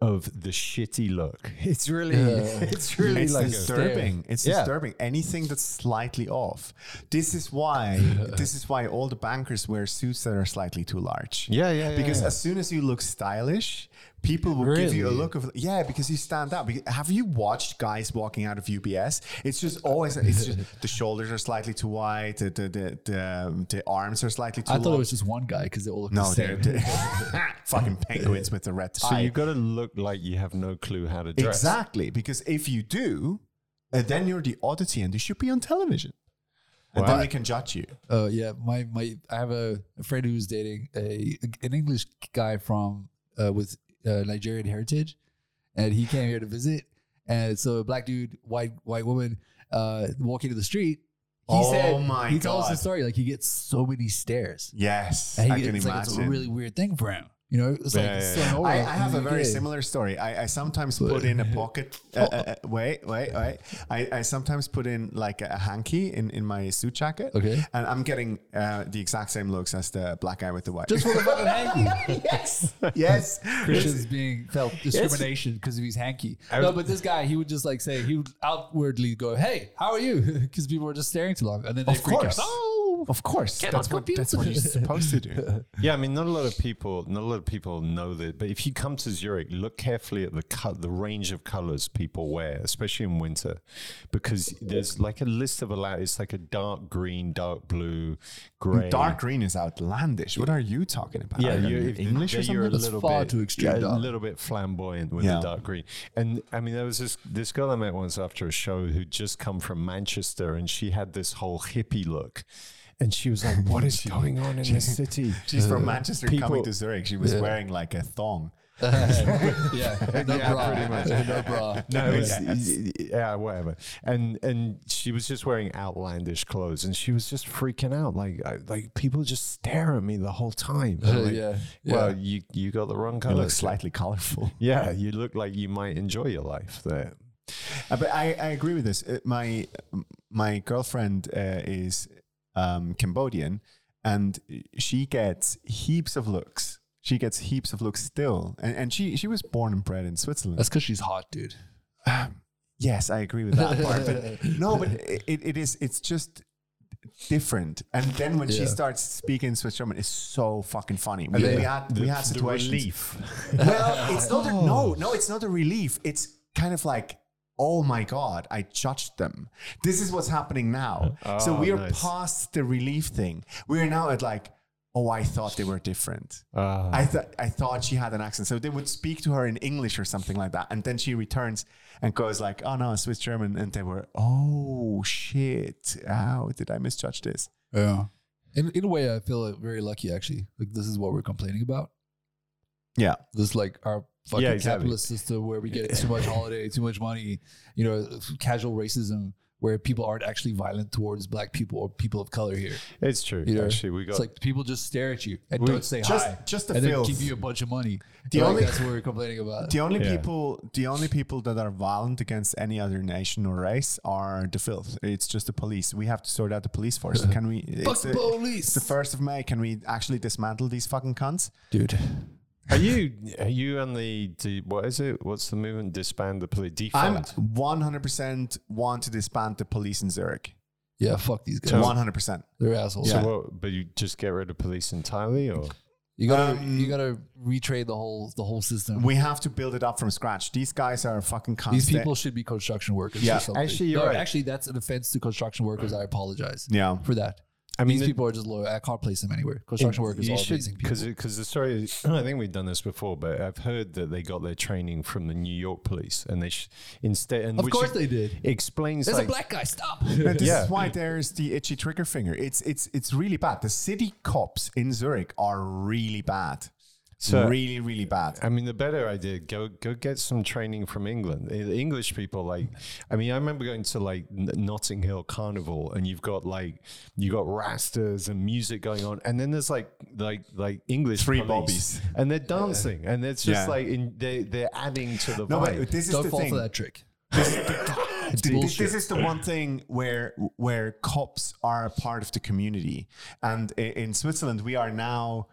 Speaker 3: of the shitty look. It's really,
Speaker 2: Yeah.
Speaker 3: it's really
Speaker 1: it's
Speaker 3: like a,
Speaker 2: stare.
Speaker 1: disturbing. It's
Speaker 3: Yeah.
Speaker 1: disturbing. Anything that's slightly off. This is why. this is why all the bankers wear suits that are slightly too large.
Speaker 3: yeah, yeah, yeah,
Speaker 1: Because
Speaker 3: yeah.
Speaker 1: as soon as you look stylish, people will give you a
Speaker 2: Really?
Speaker 1: look of yeah, because you stand out. Beca- Have you watched guys walking out of UBS? It's just always it's just the shoulders are slightly too wide, the the the, the, the arms are slightly too
Speaker 2: I thought
Speaker 1: long.
Speaker 2: it was just one guy because they all look
Speaker 1: no,
Speaker 2: the
Speaker 1: they're,
Speaker 2: same.
Speaker 1: they're- fucking penguins with the red tie.
Speaker 3: so you got to look like you have no clue how to dress.
Speaker 1: Exactly, because if you do, uh, then you're the oddity, and you should be on television, and
Speaker 3: Wow.
Speaker 1: then they can judge you.
Speaker 2: Uh, yeah, my my I have a, a friend who's dating a an English guy from uh, with uh, Nigerian heritage, and he came here to visit. And so, a black dude, white white woman, uh, walking to the street. He
Speaker 1: Oh
Speaker 2: said,
Speaker 1: my
Speaker 2: he tells the
Speaker 1: God.
Speaker 2: story like he gets so many stares.
Speaker 1: Yes,
Speaker 2: And
Speaker 1: I
Speaker 2: he-
Speaker 1: can
Speaker 2: it's
Speaker 1: imagine.
Speaker 2: like it's a really weird thing for him. You know, it's like
Speaker 3: Yeah,
Speaker 2: it's
Speaker 3: yeah,
Speaker 2: so
Speaker 1: I, I
Speaker 2: normal.
Speaker 1: have a very
Speaker 2: Yeah.
Speaker 1: similar story. I, I sometimes put in a pocket. Uh, uh, uh, wait, wait, wait. I, I sometimes put in like a hanky in, in my suit jacket.
Speaker 2: Okay.
Speaker 1: And I'm getting uh, the exact same looks as the black guy with the white.
Speaker 2: Just for the fucking hanky.
Speaker 1: yes. yes.
Speaker 2: Christians being felt discrimination because of his hanky. no, but this guy, he would just like say, he would outwardly go, "Hey, how are you?" Because people were just staring too long, and then they
Speaker 1: Of
Speaker 2: freak
Speaker 1: course.
Speaker 2: out. Oh,
Speaker 1: Of course.
Speaker 2: Get
Speaker 1: That's
Speaker 2: on
Speaker 1: what, that's
Speaker 2: computer.
Speaker 1: what you're supposed to do.
Speaker 3: Yeah, I mean, not a lot of people, not a lot of people know that. But if you come to Zurich, look carefully at the co- the range of colors people wear, especially in winter, because there's like a list of allowed. It's like a dark green, dark blue, gray,
Speaker 1: Dark green is outlandish. What are you talking about?
Speaker 3: Yeah,
Speaker 1: Are you
Speaker 3: Uh, you,
Speaker 1: in
Speaker 3: if
Speaker 1: English or
Speaker 3: yeah,
Speaker 1: something?
Speaker 3: you're a
Speaker 2: That's
Speaker 3: little
Speaker 2: far
Speaker 3: bit
Speaker 2: too extreme,
Speaker 3: yeah, a
Speaker 2: dark.
Speaker 3: little bit flamboyant with
Speaker 1: Yeah.
Speaker 3: the dark green. And I mean, there was this this girl I met once after a show who'd just come from Manchester, and she had this whole hippie look. And she was like, "What is going on in this city?"
Speaker 1: She's from Manchester coming
Speaker 3: people-
Speaker 1: to Zurich. She was wearing like a thong.
Speaker 2: yeah, no bra,
Speaker 3: pretty much.
Speaker 2: no bra.
Speaker 3: No, it was, yeah, whatever. And and she was just wearing outlandish clothes, and she was just freaking out. Like I, like people just stare at me the whole time.
Speaker 1: Oh,
Speaker 3: I'm like,
Speaker 2: yeah,
Speaker 3: Well,
Speaker 2: yeah.
Speaker 3: you you got the wrong
Speaker 1: It
Speaker 3: color.
Speaker 1: looks slightly colorful.
Speaker 3: yeah, you look like you might enjoy your life there.
Speaker 1: Uh, but I, I agree with this. Uh, my my girlfriend uh, is um, Cambodian, and she gets heaps of looks. She gets heaps of looks still, and, and she she was born and bred in Switzerland.
Speaker 2: That's because she's hot, dude.
Speaker 1: yes, I agree with that part. But no, but it, it is it's just different. And then when she
Speaker 2: Yeah.
Speaker 1: starts speaking Swiss German, it's so fucking funny. We, we had we had situations. Well, it's not a, no, no, it's not a relief. It's kind of like, oh my god, I judged them. This is what's happening now. so
Speaker 3: Oh,
Speaker 1: we are
Speaker 3: nice.
Speaker 1: past the relief thing. We are now at like, oh, I thought they were different.
Speaker 3: Ah.
Speaker 1: I thought I thought she had an accent. So they would speak to her in English or something like that, and then she returns and goes like, oh no, Swiss German, and they were, oh shit, how did I misjudge this?
Speaker 2: Yeah. In, in a way, I feel like very lucky actually. Like this is what we're complaining about.
Speaker 1: Yeah,
Speaker 2: This like our fucking
Speaker 3: Yeah, exactly.
Speaker 2: capitalist system where we get too much holiday, too much money. You know, casual racism where people aren't actually violent towards black people or people of color here.
Speaker 3: It's true.
Speaker 2: You know,
Speaker 3: Actually, we
Speaker 2: It's
Speaker 3: got
Speaker 2: like people just stare at you and
Speaker 3: We-
Speaker 2: don't say
Speaker 1: just
Speaker 2: hi.
Speaker 1: just the
Speaker 2: and
Speaker 1: filth.
Speaker 2: then give you a bunch of money.
Speaker 1: The
Speaker 2: Like,
Speaker 1: only-
Speaker 2: that's what we're complaining about.
Speaker 1: The only
Speaker 3: Yeah.
Speaker 1: people, the only people that are violent against any other nation or race are the filth. It's just the police. We have to sort out the police force. Can we?
Speaker 2: Fuck
Speaker 1: It's the, it's
Speaker 2: the
Speaker 1: the
Speaker 2: police,
Speaker 1: first of May. Can we actually dismantle these fucking cunts?
Speaker 2: dude.
Speaker 3: Are you are you on the, the what is it? What's the movement? Disband the police.
Speaker 1: I'm
Speaker 3: Defund.
Speaker 1: 100% want to disband the police in Zurich.
Speaker 2: Yeah, fuck these guys.
Speaker 1: 100%.
Speaker 2: They're assholes.
Speaker 1: Yeah.
Speaker 3: Well, but you just get rid of police entirely, or
Speaker 2: You gotta
Speaker 1: Um,
Speaker 2: you gotta retrain the whole the whole system.
Speaker 1: We have to build it up from scratch. These guys are fucking cunts.
Speaker 2: These
Speaker 1: They-
Speaker 2: people should be construction workers.
Speaker 1: Yeah,
Speaker 2: or something.
Speaker 3: actually, you're
Speaker 2: No,
Speaker 3: right.
Speaker 2: Actually, that's an offense to construction workers. I apologize
Speaker 1: yeah.
Speaker 2: for that.
Speaker 3: I mean,
Speaker 2: These
Speaker 3: it-
Speaker 2: people are just loyal. I can't place them anywhere. Construction workers are
Speaker 3: you
Speaker 2: all
Speaker 3: should
Speaker 2: amazing people.
Speaker 3: because because the story. Is, I think we've done this before, but I've heard that they got their training from the New York police, and they sh- instead and
Speaker 2: Of
Speaker 3: which
Speaker 2: course they did.
Speaker 3: explains
Speaker 2: There's
Speaker 3: like
Speaker 2: a black guy. Stop.
Speaker 1: But this
Speaker 3: Yeah.
Speaker 1: is why there's the itchy trigger finger. It's it's it's really bad. The city cops in Zurich are really bad.
Speaker 3: So-
Speaker 1: really, really bad.
Speaker 3: I mean, the better idea go go get some training from England. Eh, The English people like, I mean, I remember going to like N- Notting Hill Carnival, and you've got like you got rastas and music going on, and then there's like like like English
Speaker 1: Three
Speaker 3: police,
Speaker 1: bobbies.
Speaker 3: and they're dancing, and it's just
Speaker 1: Yeah.
Speaker 3: like in, they they're adding to the
Speaker 1: No,
Speaker 3: vibe.
Speaker 1: but this is
Speaker 2: Don't
Speaker 1: the
Speaker 2: fall
Speaker 1: thing.
Speaker 2: for that trick.
Speaker 1: Th- th- This,
Speaker 2: bullshit.
Speaker 1: is the one thing where where cops are a part of the community, and i- in Switzerland we are now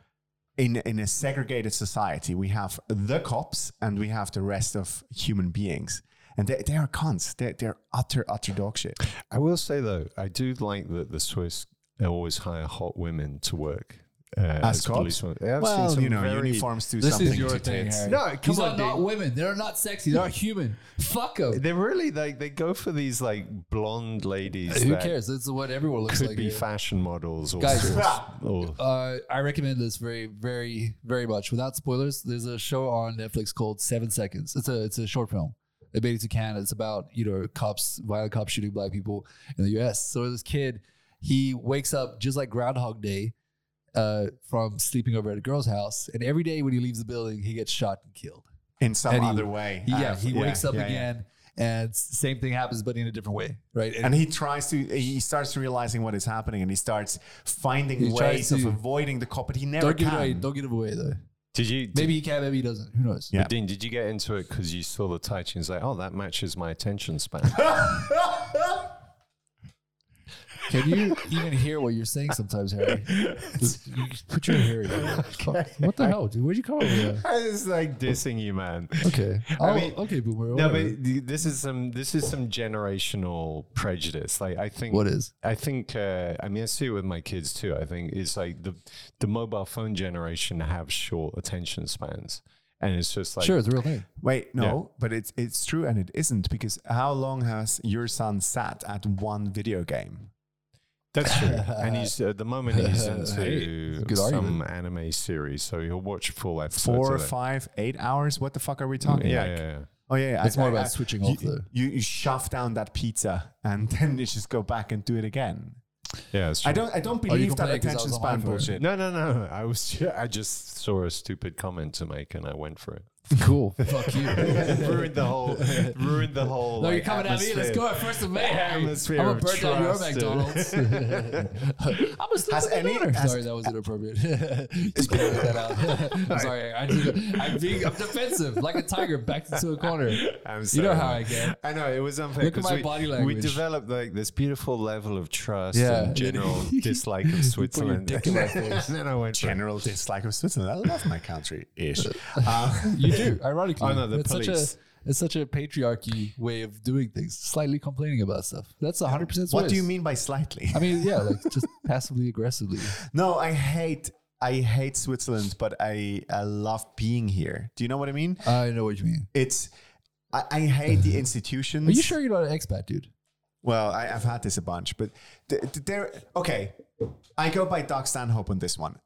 Speaker 1: in in a segregated society, we have the cops and we have the rest of human beings, and they, they are cons. They they're utter utter dog shit.
Speaker 3: I will say though, I do like that the Swiss always hire hot women to work uh,
Speaker 1: As cops?
Speaker 3: policemen. Yeah, I've seen
Speaker 1: Well,
Speaker 3: some
Speaker 1: you know,
Speaker 3: very-
Speaker 1: uniforms do
Speaker 2: This
Speaker 1: something.
Speaker 2: is your
Speaker 1: to
Speaker 2: thing.
Speaker 1: tits.
Speaker 2: Harry.
Speaker 3: No, come
Speaker 2: These
Speaker 3: on,
Speaker 2: are not
Speaker 3: dude.
Speaker 2: women. They're not sexy. They're human. Fuck them.
Speaker 3: They really like they go for these like blonde ladies.
Speaker 2: Who
Speaker 3: that
Speaker 2: cares? That's what everyone looks
Speaker 3: Could
Speaker 2: like.
Speaker 3: be
Speaker 2: here.
Speaker 3: fashion models or,
Speaker 2: Guys.
Speaker 3: sorts- or-
Speaker 2: uh, I recommend this very, very, very much. Without spoilers, there's a show on Netflix called Seven Seconds. It's a it's a short film. They made it to Canada. It's about you know cops, violent cops shooting black people in the U.S. So this kid, he wakes up just like Groundhog Day uh, from sleeping over at a girl's house, and every day when he leaves the building, he gets shot and killed.
Speaker 1: in some
Speaker 2: And he-
Speaker 1: other way.
Speaker 2: yeah,
Speaker 1: Uh,
Speaker 2: he wakes up
Speaker 1: yeah, yeah.
Speaker 2: again, and s- same thing happens, but in a different way, right?
Speaker 1: And he tries to, he starts realizing what is happening and he starts finding
Speaker 2: He tries
Speaker 1: ways of
Speaker 2: to-
Speaker 1: avoiding the cop, but he never
Speaker 2: don't give
Speaker 1: can.
Speaker 2: it away. Don't give it away though.
Speaker 3: did you did,
Speaker 2: Maybe he can. Maybe he doesn't. Who knows?
Speaker 1: Yeah.
Speaker 3: but Dean? Did you get into it because you saw the title and was like, oh, that matches my attention span?
Speaker 2: Can you even hear what you're saying sometimes, Harry? Just- you Put your hair in. Fuck. What the hell, dude? Where'd you come over there?
Speaker 3: I was like dissing you, man.
Speaker 2: Okay.
Speaker 3: I
Speaker 2: Oh,
Speaker 3: mean-
Speaker 2: okay, Boomer.
Speaker 3: No,
Speaker 2: whatever.
Speaker 3: but th- this is some this is some generational prejudice. Like I think
Speaker 2: what is?
Speaker 3: I think uh, I mean I see it with my kids too. I think it's like the the mobile phone generation have short attention spans, and it's just like
Speaker 2: sure, it's a real thing.
Speaker 1: Wait, no, but it's it's true and it isn't because how long has your son sat at one video game?
Speaker 3: that's true. and he's at the moment he's
Speaker 2: Hey,
Speaker 3: into
Speaker 2: good
Speaker 3: some
Speaker 2: argument.
Speaker 3: anime series, so he'll watch a full episode.
Speaker 1: Four,
Speaker 3: of it.
Speaker 1: five, eight hours? What the fuck are we talking
Speaker 3: yeah,
Speaker 1: like?
Speaker 3: yeah, yeah.
Speaker 1: Oh yeah, yeah.
Speaker 2: It's more about
Speaker 1: I-
Speaker 2: switching
Speaker 1: you,
Speaker 2: off, though.
Speaker 1: You, you shove down that pizza and then you just go back and do it again.
Speaker 3: yeah it's
Speaker 1: I
Speaker 3: true.
Speaker 1: don't I don't
Speaker 2: Oh, you
Speaker 1: believe that
Speaker 2: complain 'cause I
Speaker 1: attention
Speaker 2: was on my
Speaker 1: span
Speaker 2: phone.
Speaker 1: bullshit.
Speaker 3: No, no, no. I was I just saw a stupid comment to make, and I went for it.
Speaker 2: Cool. Fuck you.
Speaker 3: ruined the whole. Ruined the whole.
Speaker 2: No, you're
Speaker 3: like,
Speaker 2: coming at me. Let's
Speaker 3: atmosphere.
Speaker 2: go at first of May, Harry.
Speaker 3: Atmosphere
Speaker 2: I'm gonna
Speaker 3: of
Speaker 2: burn down your
Speaker 3: trust.
Speaker 2: McDonald's. I'm a
Speaker 1: Has
Speaker 2: has any,
Speaker 1: any- has-
Speaker 2: Sorry, that was inappropriate. Just gonna edit that out. I'm sorry. I just, I'm being I'm defensive, like a tiger backed into a corner.
Speaker 3: I'm
Speaker 2: You
Speaker 3: sorry.
Speaker 2: know how I get.
Speaker 3: I know it was unfair.
Speaker 2: Look at
Speaker 3: 'cause
Speaker 2: my
Speaker 3: we,
Speaker 2: body
Speaker 3: We
Speaker 2: language.
Speaker 3: developed like this beautiful level of trust
Speaker 2: Yeah.
Speaker 3: and general dislike of Switzerland.
Speaker 2: dick in my
Speaker 3: and
Speaker 2: face.
Speaker 3: then I went. for it.
Speaker 1: General dislike of Switzerland. I love my Uh, country ish.
Speaker 2: You do, ironically.
Speaker 3: Oh, no, the
Speaker 2: it's
Speaker 3: police.
Speaker 2: such a it's such a patriarchy way of doing things. Slightly complaining about stuff. That's hundred percent.
Speaker 1: what do you mean by slightly?
Speaker 2: I mean, yeah, like just passively aggressively.
Speaker 1: No, I hate I hate Switzerland, but I, I love being here. Do you know what I mean?
Speaker 2: I know what you mean.
Speaker 1: It's I, I hate the institutions.
Speaker 2: Mm-hmm. Are you sure you're not an expat, dude?
Speaker 1: Well, I, I've had this a bunch, but th- th- there. Okay, I go by Doc Stanhope on this one.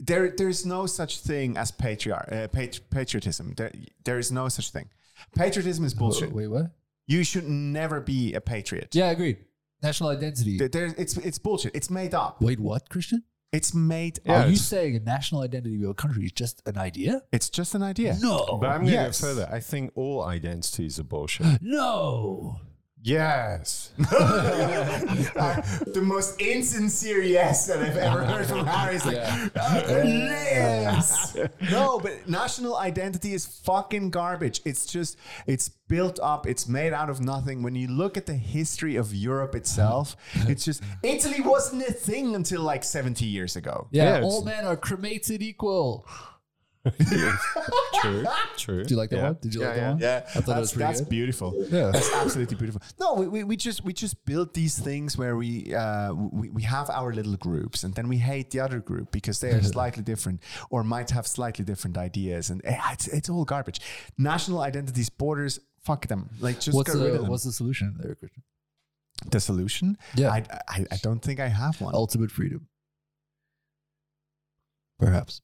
Speaker 1: There, there is no such thing as patriar- uh, patri- patriotism. There, there is no such thing. Patriotism is bullshit.
Speaker 2: Wait, what?
Speaker 1: You should never be a patriot.
Speaker 2: Oh. Yeah, agreed. National identity.
Speaker 1: There- there- it's it's bullshit. It's made up.
Speaker 2: Wait, what, Christian?
Speaker 1: It's made
Speaker 3: Yeah,
Speaker 1: up.
Speaker 2: Are you
Speaker 3: it's-
Speaker 2: saying a national identity of a country is just an idea?
Speaker 1: It's just an idea.
Speaker 2: No.
Speaker 3: But I'm going to
Speaker 1: Yes.
Speaker 3: go further. I think all identities are bullshit.
Speaker 2: No.
Speaker 3: yes.
Speaker 1: the most insincere yes that I've ever heard from Harry. It's like, "Uh, yes. No, but national identity is fucking garbage. It's just, it's built up, it's made out of nothing. When you look at the history of Europe itself, it's just, Italy wasn't a thing until like 70 years ago.
Speaker 3: Yeah,
Speaker 2: Yeah,
Speaker 3: it's-
Speaker 2: all men are cremated equal.
Speaker 3: True. True.
Speaker 2: Do you like that one? Did you like that one?
Speaker 1: Yeah,
Speaker 2: I thought it
Speaker 1: that's,
Speaker 2: was pretty
Speaker 1: that's
Speaker 2: good.
Speaker 1: beautiful.
Speaker 2: Yeah.
Speaker 1: that's absolutely beautiful. No, we, we, we just we just build these things where we, uh, we we have our little groups, and then we hate the other group because they are slightly different or might have slightly different ideas, and eh, it's, it's all garbage. National identities, borders, fuck them. Like just
Speaker 2: What's
Speaker 1: get rid
Speaker 2: the
Speaker 1: of them.
Speaker 2: what's the solution there, Christian?
Speaker 1: the solution?
Speaker 2: Yeah.
Speaker 1: I, I I don't think I have one.
Speaker 2: Ultimate freedom. Perhaps.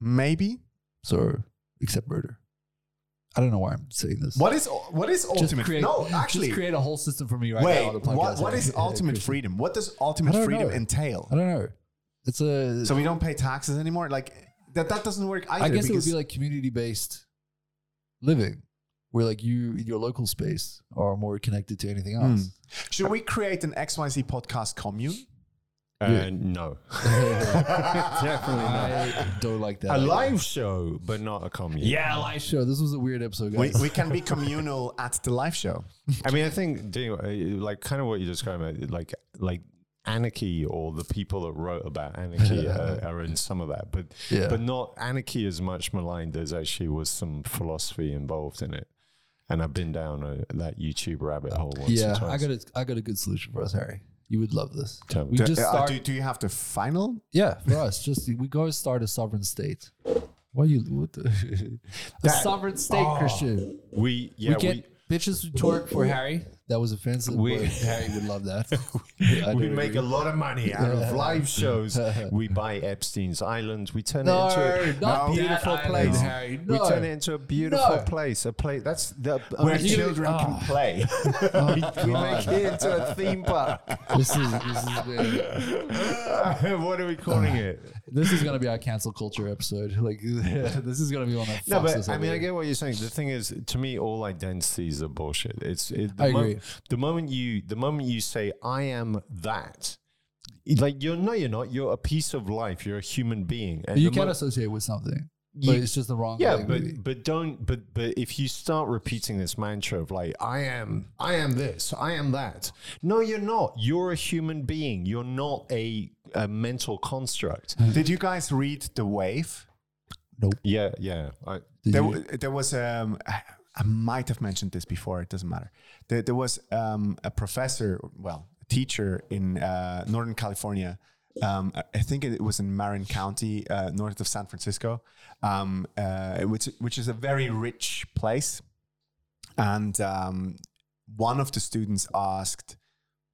Speaker 1: Maybe.
Speaker 2: So except murder. I don't know why I'm saying this.
Speaker 1: What is what is
Speaker 2: Just
Speaker 1: ultimate?
Speaker 2: create-
Speaker 1: no,
Speaker 2: just
Speaker 1: actually.
Speaker 2: create a whole system for me right now.
Speaker 1: Wait,
Speaker 2: on the podcast.
Speaker 1: what, what is ultimate
Speaker 2: Christian.
Speaker 1: freedom? What does
Speaker 2: I
Speaker 1: ultimate
Speaker 2: don't
Speaker 1: freedom
Speaker 2: know.
Speaker 1: entail?
Speaker 2: I don't know. It's a
Speaker 1: So we don't pay taxes anymore. Like that, that doesn't work either.
Speaker 2: I guess it would
Speaker 1: because-
Speaker 2: be like community based living, where like you in your local space are more connected to anything
Speaker 1: Hmm.
Speaker 2: else.
Speaker 1: should we create an XYZ podcast commune?
Speaker 3: Uh, no. Definitely not.
Speaker 2: I don't like that.
Speaker 3: A
Speaker 2: idea.
Speaker 3: live show, but not a comedy.
Speaker 2: yeah, live show. This was a weird episode,
Speaker 1: We,
Speaker 2: guys.
Speaker 1: we can be communal at the live show.
Speaker 3: I mean, I think, Daniel, uh, like, kind of what you described, uh, like, like anarchy or the people that wrote about anarchy are, are in some of that, but
Speaker 2: Yeah.
Speaker 3: but not anarchy as much maligned as actually was some philosophy involved in it. And I've been down uh that YouTube rabbit hole once
Speaker 2: yeah,
Speaker 3: or twice.
Speaker 2: I got a I got a good solution for us, Harry. You would love this.
Speaker 3: Tell me.
Speaker 2: We
Speaker 3: Do-
Speaker 2: just
Speaker 1: Uh,
Speaker 2: start,
Speaker 1: do, do you have the final?
Speaker 2: yeah, for us, just we go start a sovereign state. What you what the, a sovereign state, Christian?
Speaker 3: we yeah
Speaker 2: we
Speaker 3: we,
Speaker 2: get bitches who twerk for Harry. That was offensive.
Speaker 3: We-
Speaker 2: but Harry would love that. I
Speaker 3: we
Speaker 2: do
Speaker 3: make
Speaker 2: agree.
Speaker 3: a lot of money out of live shows. We buy Epstein's Island. We turn
Speaker 2: No,
Speaker 3: it into
Speaker 2: not
Speaker 3: a
Speaker 2: that
Speaker 3: beautiful
Speaker 2: island,
Speaker 3: place.
Speaker 2: Harry,
Speaker 3: We
Speaker 2: no.
Speaker 3: turn it into a beautiful
Speaker 2: No.
Speaker 3: place. A place that's the
Speaker 1: Where
Speaker 3: you- Ah.
Speaker 1: children can
Speaker 3: play. we make it into a theme park.
Speaker 2: this is this is been-
Speaker 3: what are we
Speaker 2: Uh,
Speaker 3: calling it?
Speaker 2: this is gonna be our cancel culture episode. Like this is gonna be one that.
Speaker 3: No,
Speaker 2: fucks us
Speaker 3: but I
Speaker 2: over.
Speaker 3: mean, I get what you're saying. The thing is, to me, all identities are bullshit. It's it, the
Speaker 2: I agree.
Speaker 3: the moment you the moment you say I am that, like you're no, you're not. You're a piece of life. You're a human being. And
Speaker 2: you
Speaker 3: the
Speaker 2: can
Speaker 3: mo-
Speaker 2: associate with something,
Speaker 3: You-
Speaker 2: but it's just the wrong.
Speaker 3: yeah,
Speaker 2: thing,
Speaker 3: but
Speaker 2: maybe.
Speaker 3: but don't but but if you start repeating this mantra of like I am I am this I am that, no, you're not. You're a human being. You're not a, a mental construct.
Speaker 1: Did you guys read The Wave?
Speaker 3: yeah, yeah. I,
Speaker 2: Did
Speaker 1: There,
Speaker 2: you-
Speaker 1: w- there was um, I I might have mentioned this before. It doesn't matter. There, there was um, a professor, well, a teacher in uh, Northern California. Um, I- I think it was in Marin County, uh, north of San Francisco, um, uh, which which is a very rich place. And um, one of the students asked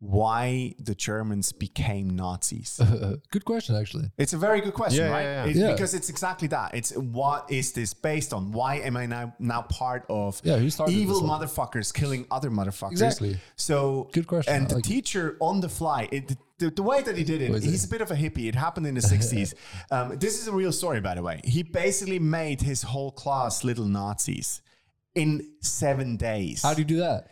Speaker 1: why the Germans became Nazis.
Speaker 2: good question, actually.
Speaker 1: It's a very good question,
Speaker 3: Yeah,
Speaker 1: right?
Speaker 3: yeah, yeah.
Speaker 1: It's
Speaker 2: Yeah.
Speaker 1: Because it's exactly that. It's what is this based on? Why am I now now part of
Speaker 2: Yeah, who started
Speaker 1: evil
Speaker 2: this whole-
Speaker 1: motherfuckers killing other motherfuckers?
Speaker 2: Exactly.
Speaker 1: So
Speaker 2: Good question.
Speaker 1: And
Speaker 2: I
Speaker 1: the
Speaker 2: like it.
Speaker 1: teacher on the fly, it, the, the way that he did it,
Speaker 2: Was it?
Speaker 1: he's a bit of a hippie. It happened in the sixties. um, this is a real story, by the way. He basically made his whole class little Nazis in seven days
Speaker 2: How do you do that?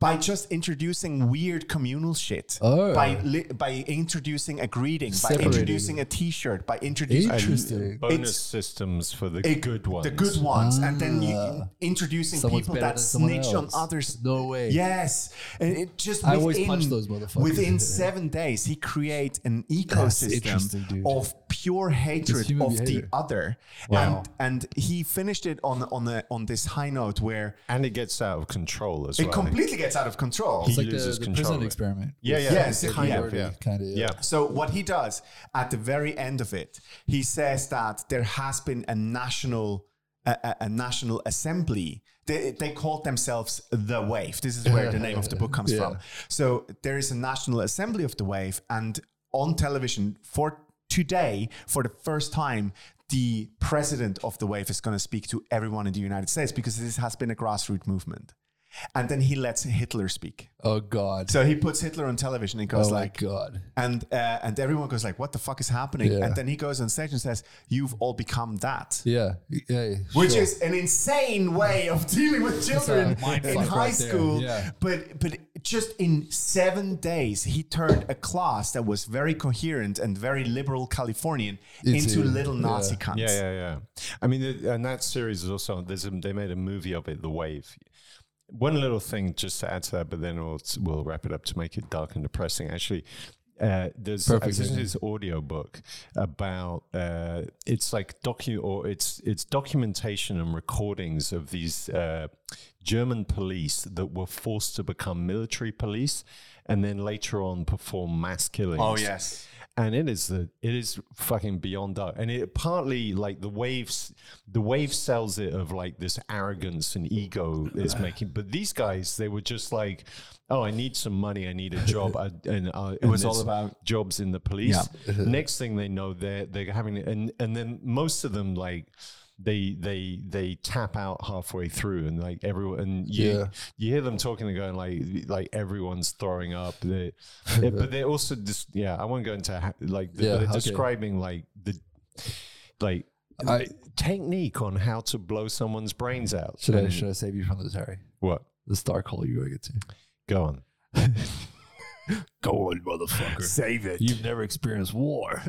Speaker 1: by just introducing weird communal shit.
Speaker 2: Oh.
Speaker 1: By li- by introducing a greeting, by
Speaker 2: Separating.
Speaker 1: introducing a T-shirt, by introducing
Speaker 2: And Interesting.
Speaker 3: bonus
Speaker 1: It's-
Speaker 3: systems for the
Speaker 1: a-
Speaker 3: good ones.
Speaker 1: the good ones, and then you, introducing
Speaker 2: Ah. Someone's
Speaker 1: people
Speaker 2: better
Speaker 1: that
Speaker 2: than someone
Speaker 1: snitch on
Speaker 2: else.
Speaker 1: others.
Speaker 2: No way.
Speaker 1: Yes, and it just
Speaker 2: I
Speaker 1: within,
Speaker 2: always punch those motherfuckers.
Speaker 1: Within seven days, he create an
Speaker 2: interesting,
Speaker 1: ecosystem
Speaker 2: dude.
Speaker 1: of pure hatred
Speaker 2: human
Speaker 1: of
Speaker 2: behavior.
Speaker 1: the other,
Speaker 2: Wow.
Speaker 1: and and he finished it on on the on this high note where
Speaker 3: and it gets out of control as
Speaker 1: it
Speaker 3: well.
Speaker 1: completely gets out of control.
Speaker 2: It's like the,
Speaker 3: loses
Speaker 2: the
Speaker 3: control of
Speaker 2: prison
Speaker 3: it.
Speaker 2: experiment.
Speaker 3: yeah, yeah,
Speaker 1: Yes,
Speaker 3: yeah,
Speaker 1: kind
Speaker 3: yeah,
Speaker 1: of,
Speaker 3: yeah.
Speaker 2: Kind of.
Speaker 3: Yeah.
Speaker 1: So what he does at the very end of it, he says that there has been a national a, a- a national assembly. They, they called themselves the Wave. This is where the name of the book comes from. So there is a national assembly of the Wave, and on television for today, for the first time. The president of the wave is going to speak to everyone in the United States because this has been a grassroots movement. And then he lets Hitler speak.
Speaker 2: Oh God.
Speaker 1: So he puts Hitler on television and
Speaker 2: oh
Speaker 1: goes like,
Speaker 2: my God.
Speaker 1: and uh, and everyone goes like, "What the fuck is happening?"
Speaker 2: Yeah.
Speaker 1: And then he goes on stage and says, "You've all become that,"
Speaker 2: Yeah. Yeah.
Speaker 1: which
Speaker 2: sure.
Speaker 1: is an insane way of dealing with children
Speaker 2: mind
Speaker 1: in
Speaker 2: fuck
Speaker 1: high
Speaker 2: right there,
Speaker 1: school.
Speaker 2: yeah.
Speaker 1: But but just in seven days, he turned a class that was very coherent and very liberal Californian
Speaker 2: Into-
Speaker 1: into little Nazi cunts.
Speaker 3: Yeah, yeah, yeah. I mean, th- and that series is also there's a, they made a movie of it, The Wave. One little thing just to add to that, but then we'll we'll wrap it up to make it dark and depressing. Actually, uh, there's I
Speaker 2: Perfect,
Speaker 3: listened to
Speaker 2: yeah.
Speaker 3: this audio book about uh, it's like docu or it's it's documentation and recordings of these uh, German police that were forced to become military police and then later on perform mass killings
Speaker 1: Oh yes.
Speaker 3: and it is the it is fucking beyond dark and it partly like the waves the wave sells it of like this arrogance and ego is making but these guys they were just like oh i need some money i need a job I, and uh, it
Speaker 1: was all about-
Speaker 3: jobs in the police next thing they know they're they're having and and then most of them like they they they tap out halfway through and like everyone and you,
Speaker 2: Yeah.
Speaker 3: you hear them talking and going like like everyone's throwing up they, they- but they're also just yeah i won't go into ha- like the,
Speaker 2: Yeah,
Speaker 3: they're
Speaker 2: okay.
Speaker 3: describing like the like
Speaker 2: I-
Speaker 3: technique on how to blow someone's brains out
Speaker 2: Should I
Speaker 3: And-
Speaker 2: should I save you from this, Harry?
Speaker 3: what
Speaker 2: This dark hole you're going to.
Speaker 3: go on
Speaker 2: Go on, motherfucker.
Speaker 1: Save it.
Speaker 2: You've never experienced war.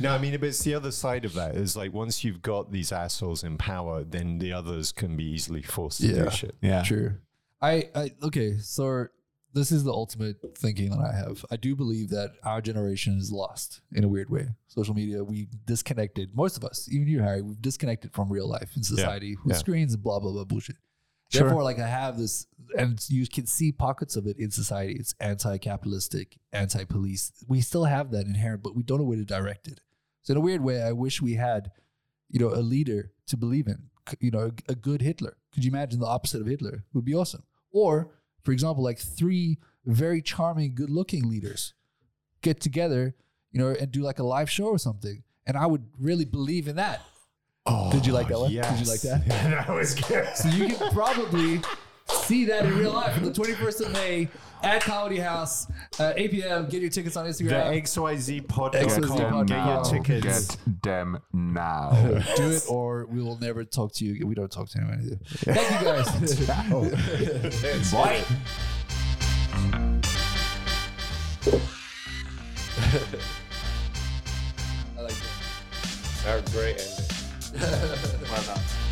Speaker 3: No, I mean, but it's the other side of that is like once you've got these assholes in power, then the others can be easily forced to
Speaker 2: Yeah.
Speaker 3: do shit.
Speaker 1: Yeah.
Speaker 2: True. I, I okay. So this is the ultimate thinking that I have. I do believe that our generation is lost in a weird way. Social media, we've disconnected, most of us, even you, Harry, we've disconnected from real life and society with
Speaker 3: yeah.
Speaker 2: screens and blah, blah, blah, bullshit.
Speaker 1: Sure.
Speaker 2: Therefore, like I have this, and you can see pockets of it in society. It's anti capitalistic, anti police. We still have that inherent, but we don't know where to direct it. So, in a weird way, I wish we had, you know, a leader to believe in, C- you know, a, a good Hitler. Could you imagine the opposite of Hitler? It would be awesome. Or, for example, like three very charming, good looking leaders get together, you know, and do like a live show or something. And I would really believe in that.
Speaker 3: Oh,
Speaker 2: Did you like that one? Did you like that?
Speaker 3: that was good.
Speaker 2: So you can probably see that in real life on the 21st of May at Comedy House, uh, 8 p.m. Get your tickets on
Speaker 3: The
Speaker 2: Instagram. XYZ
Speaker 3: XYZ podcast. Get your
Speaker 2: podcast.
Speaker 3: tickets.
Speaker 1: Get them now.
Speaker 2: Do it, or we will never talk to you. We don't talk to anyone either. Thank you guys.
Speaker 1: Bye.
Speaker 2: I like that.
Speaker 4: That was great ending.
Speaker 1: Well done.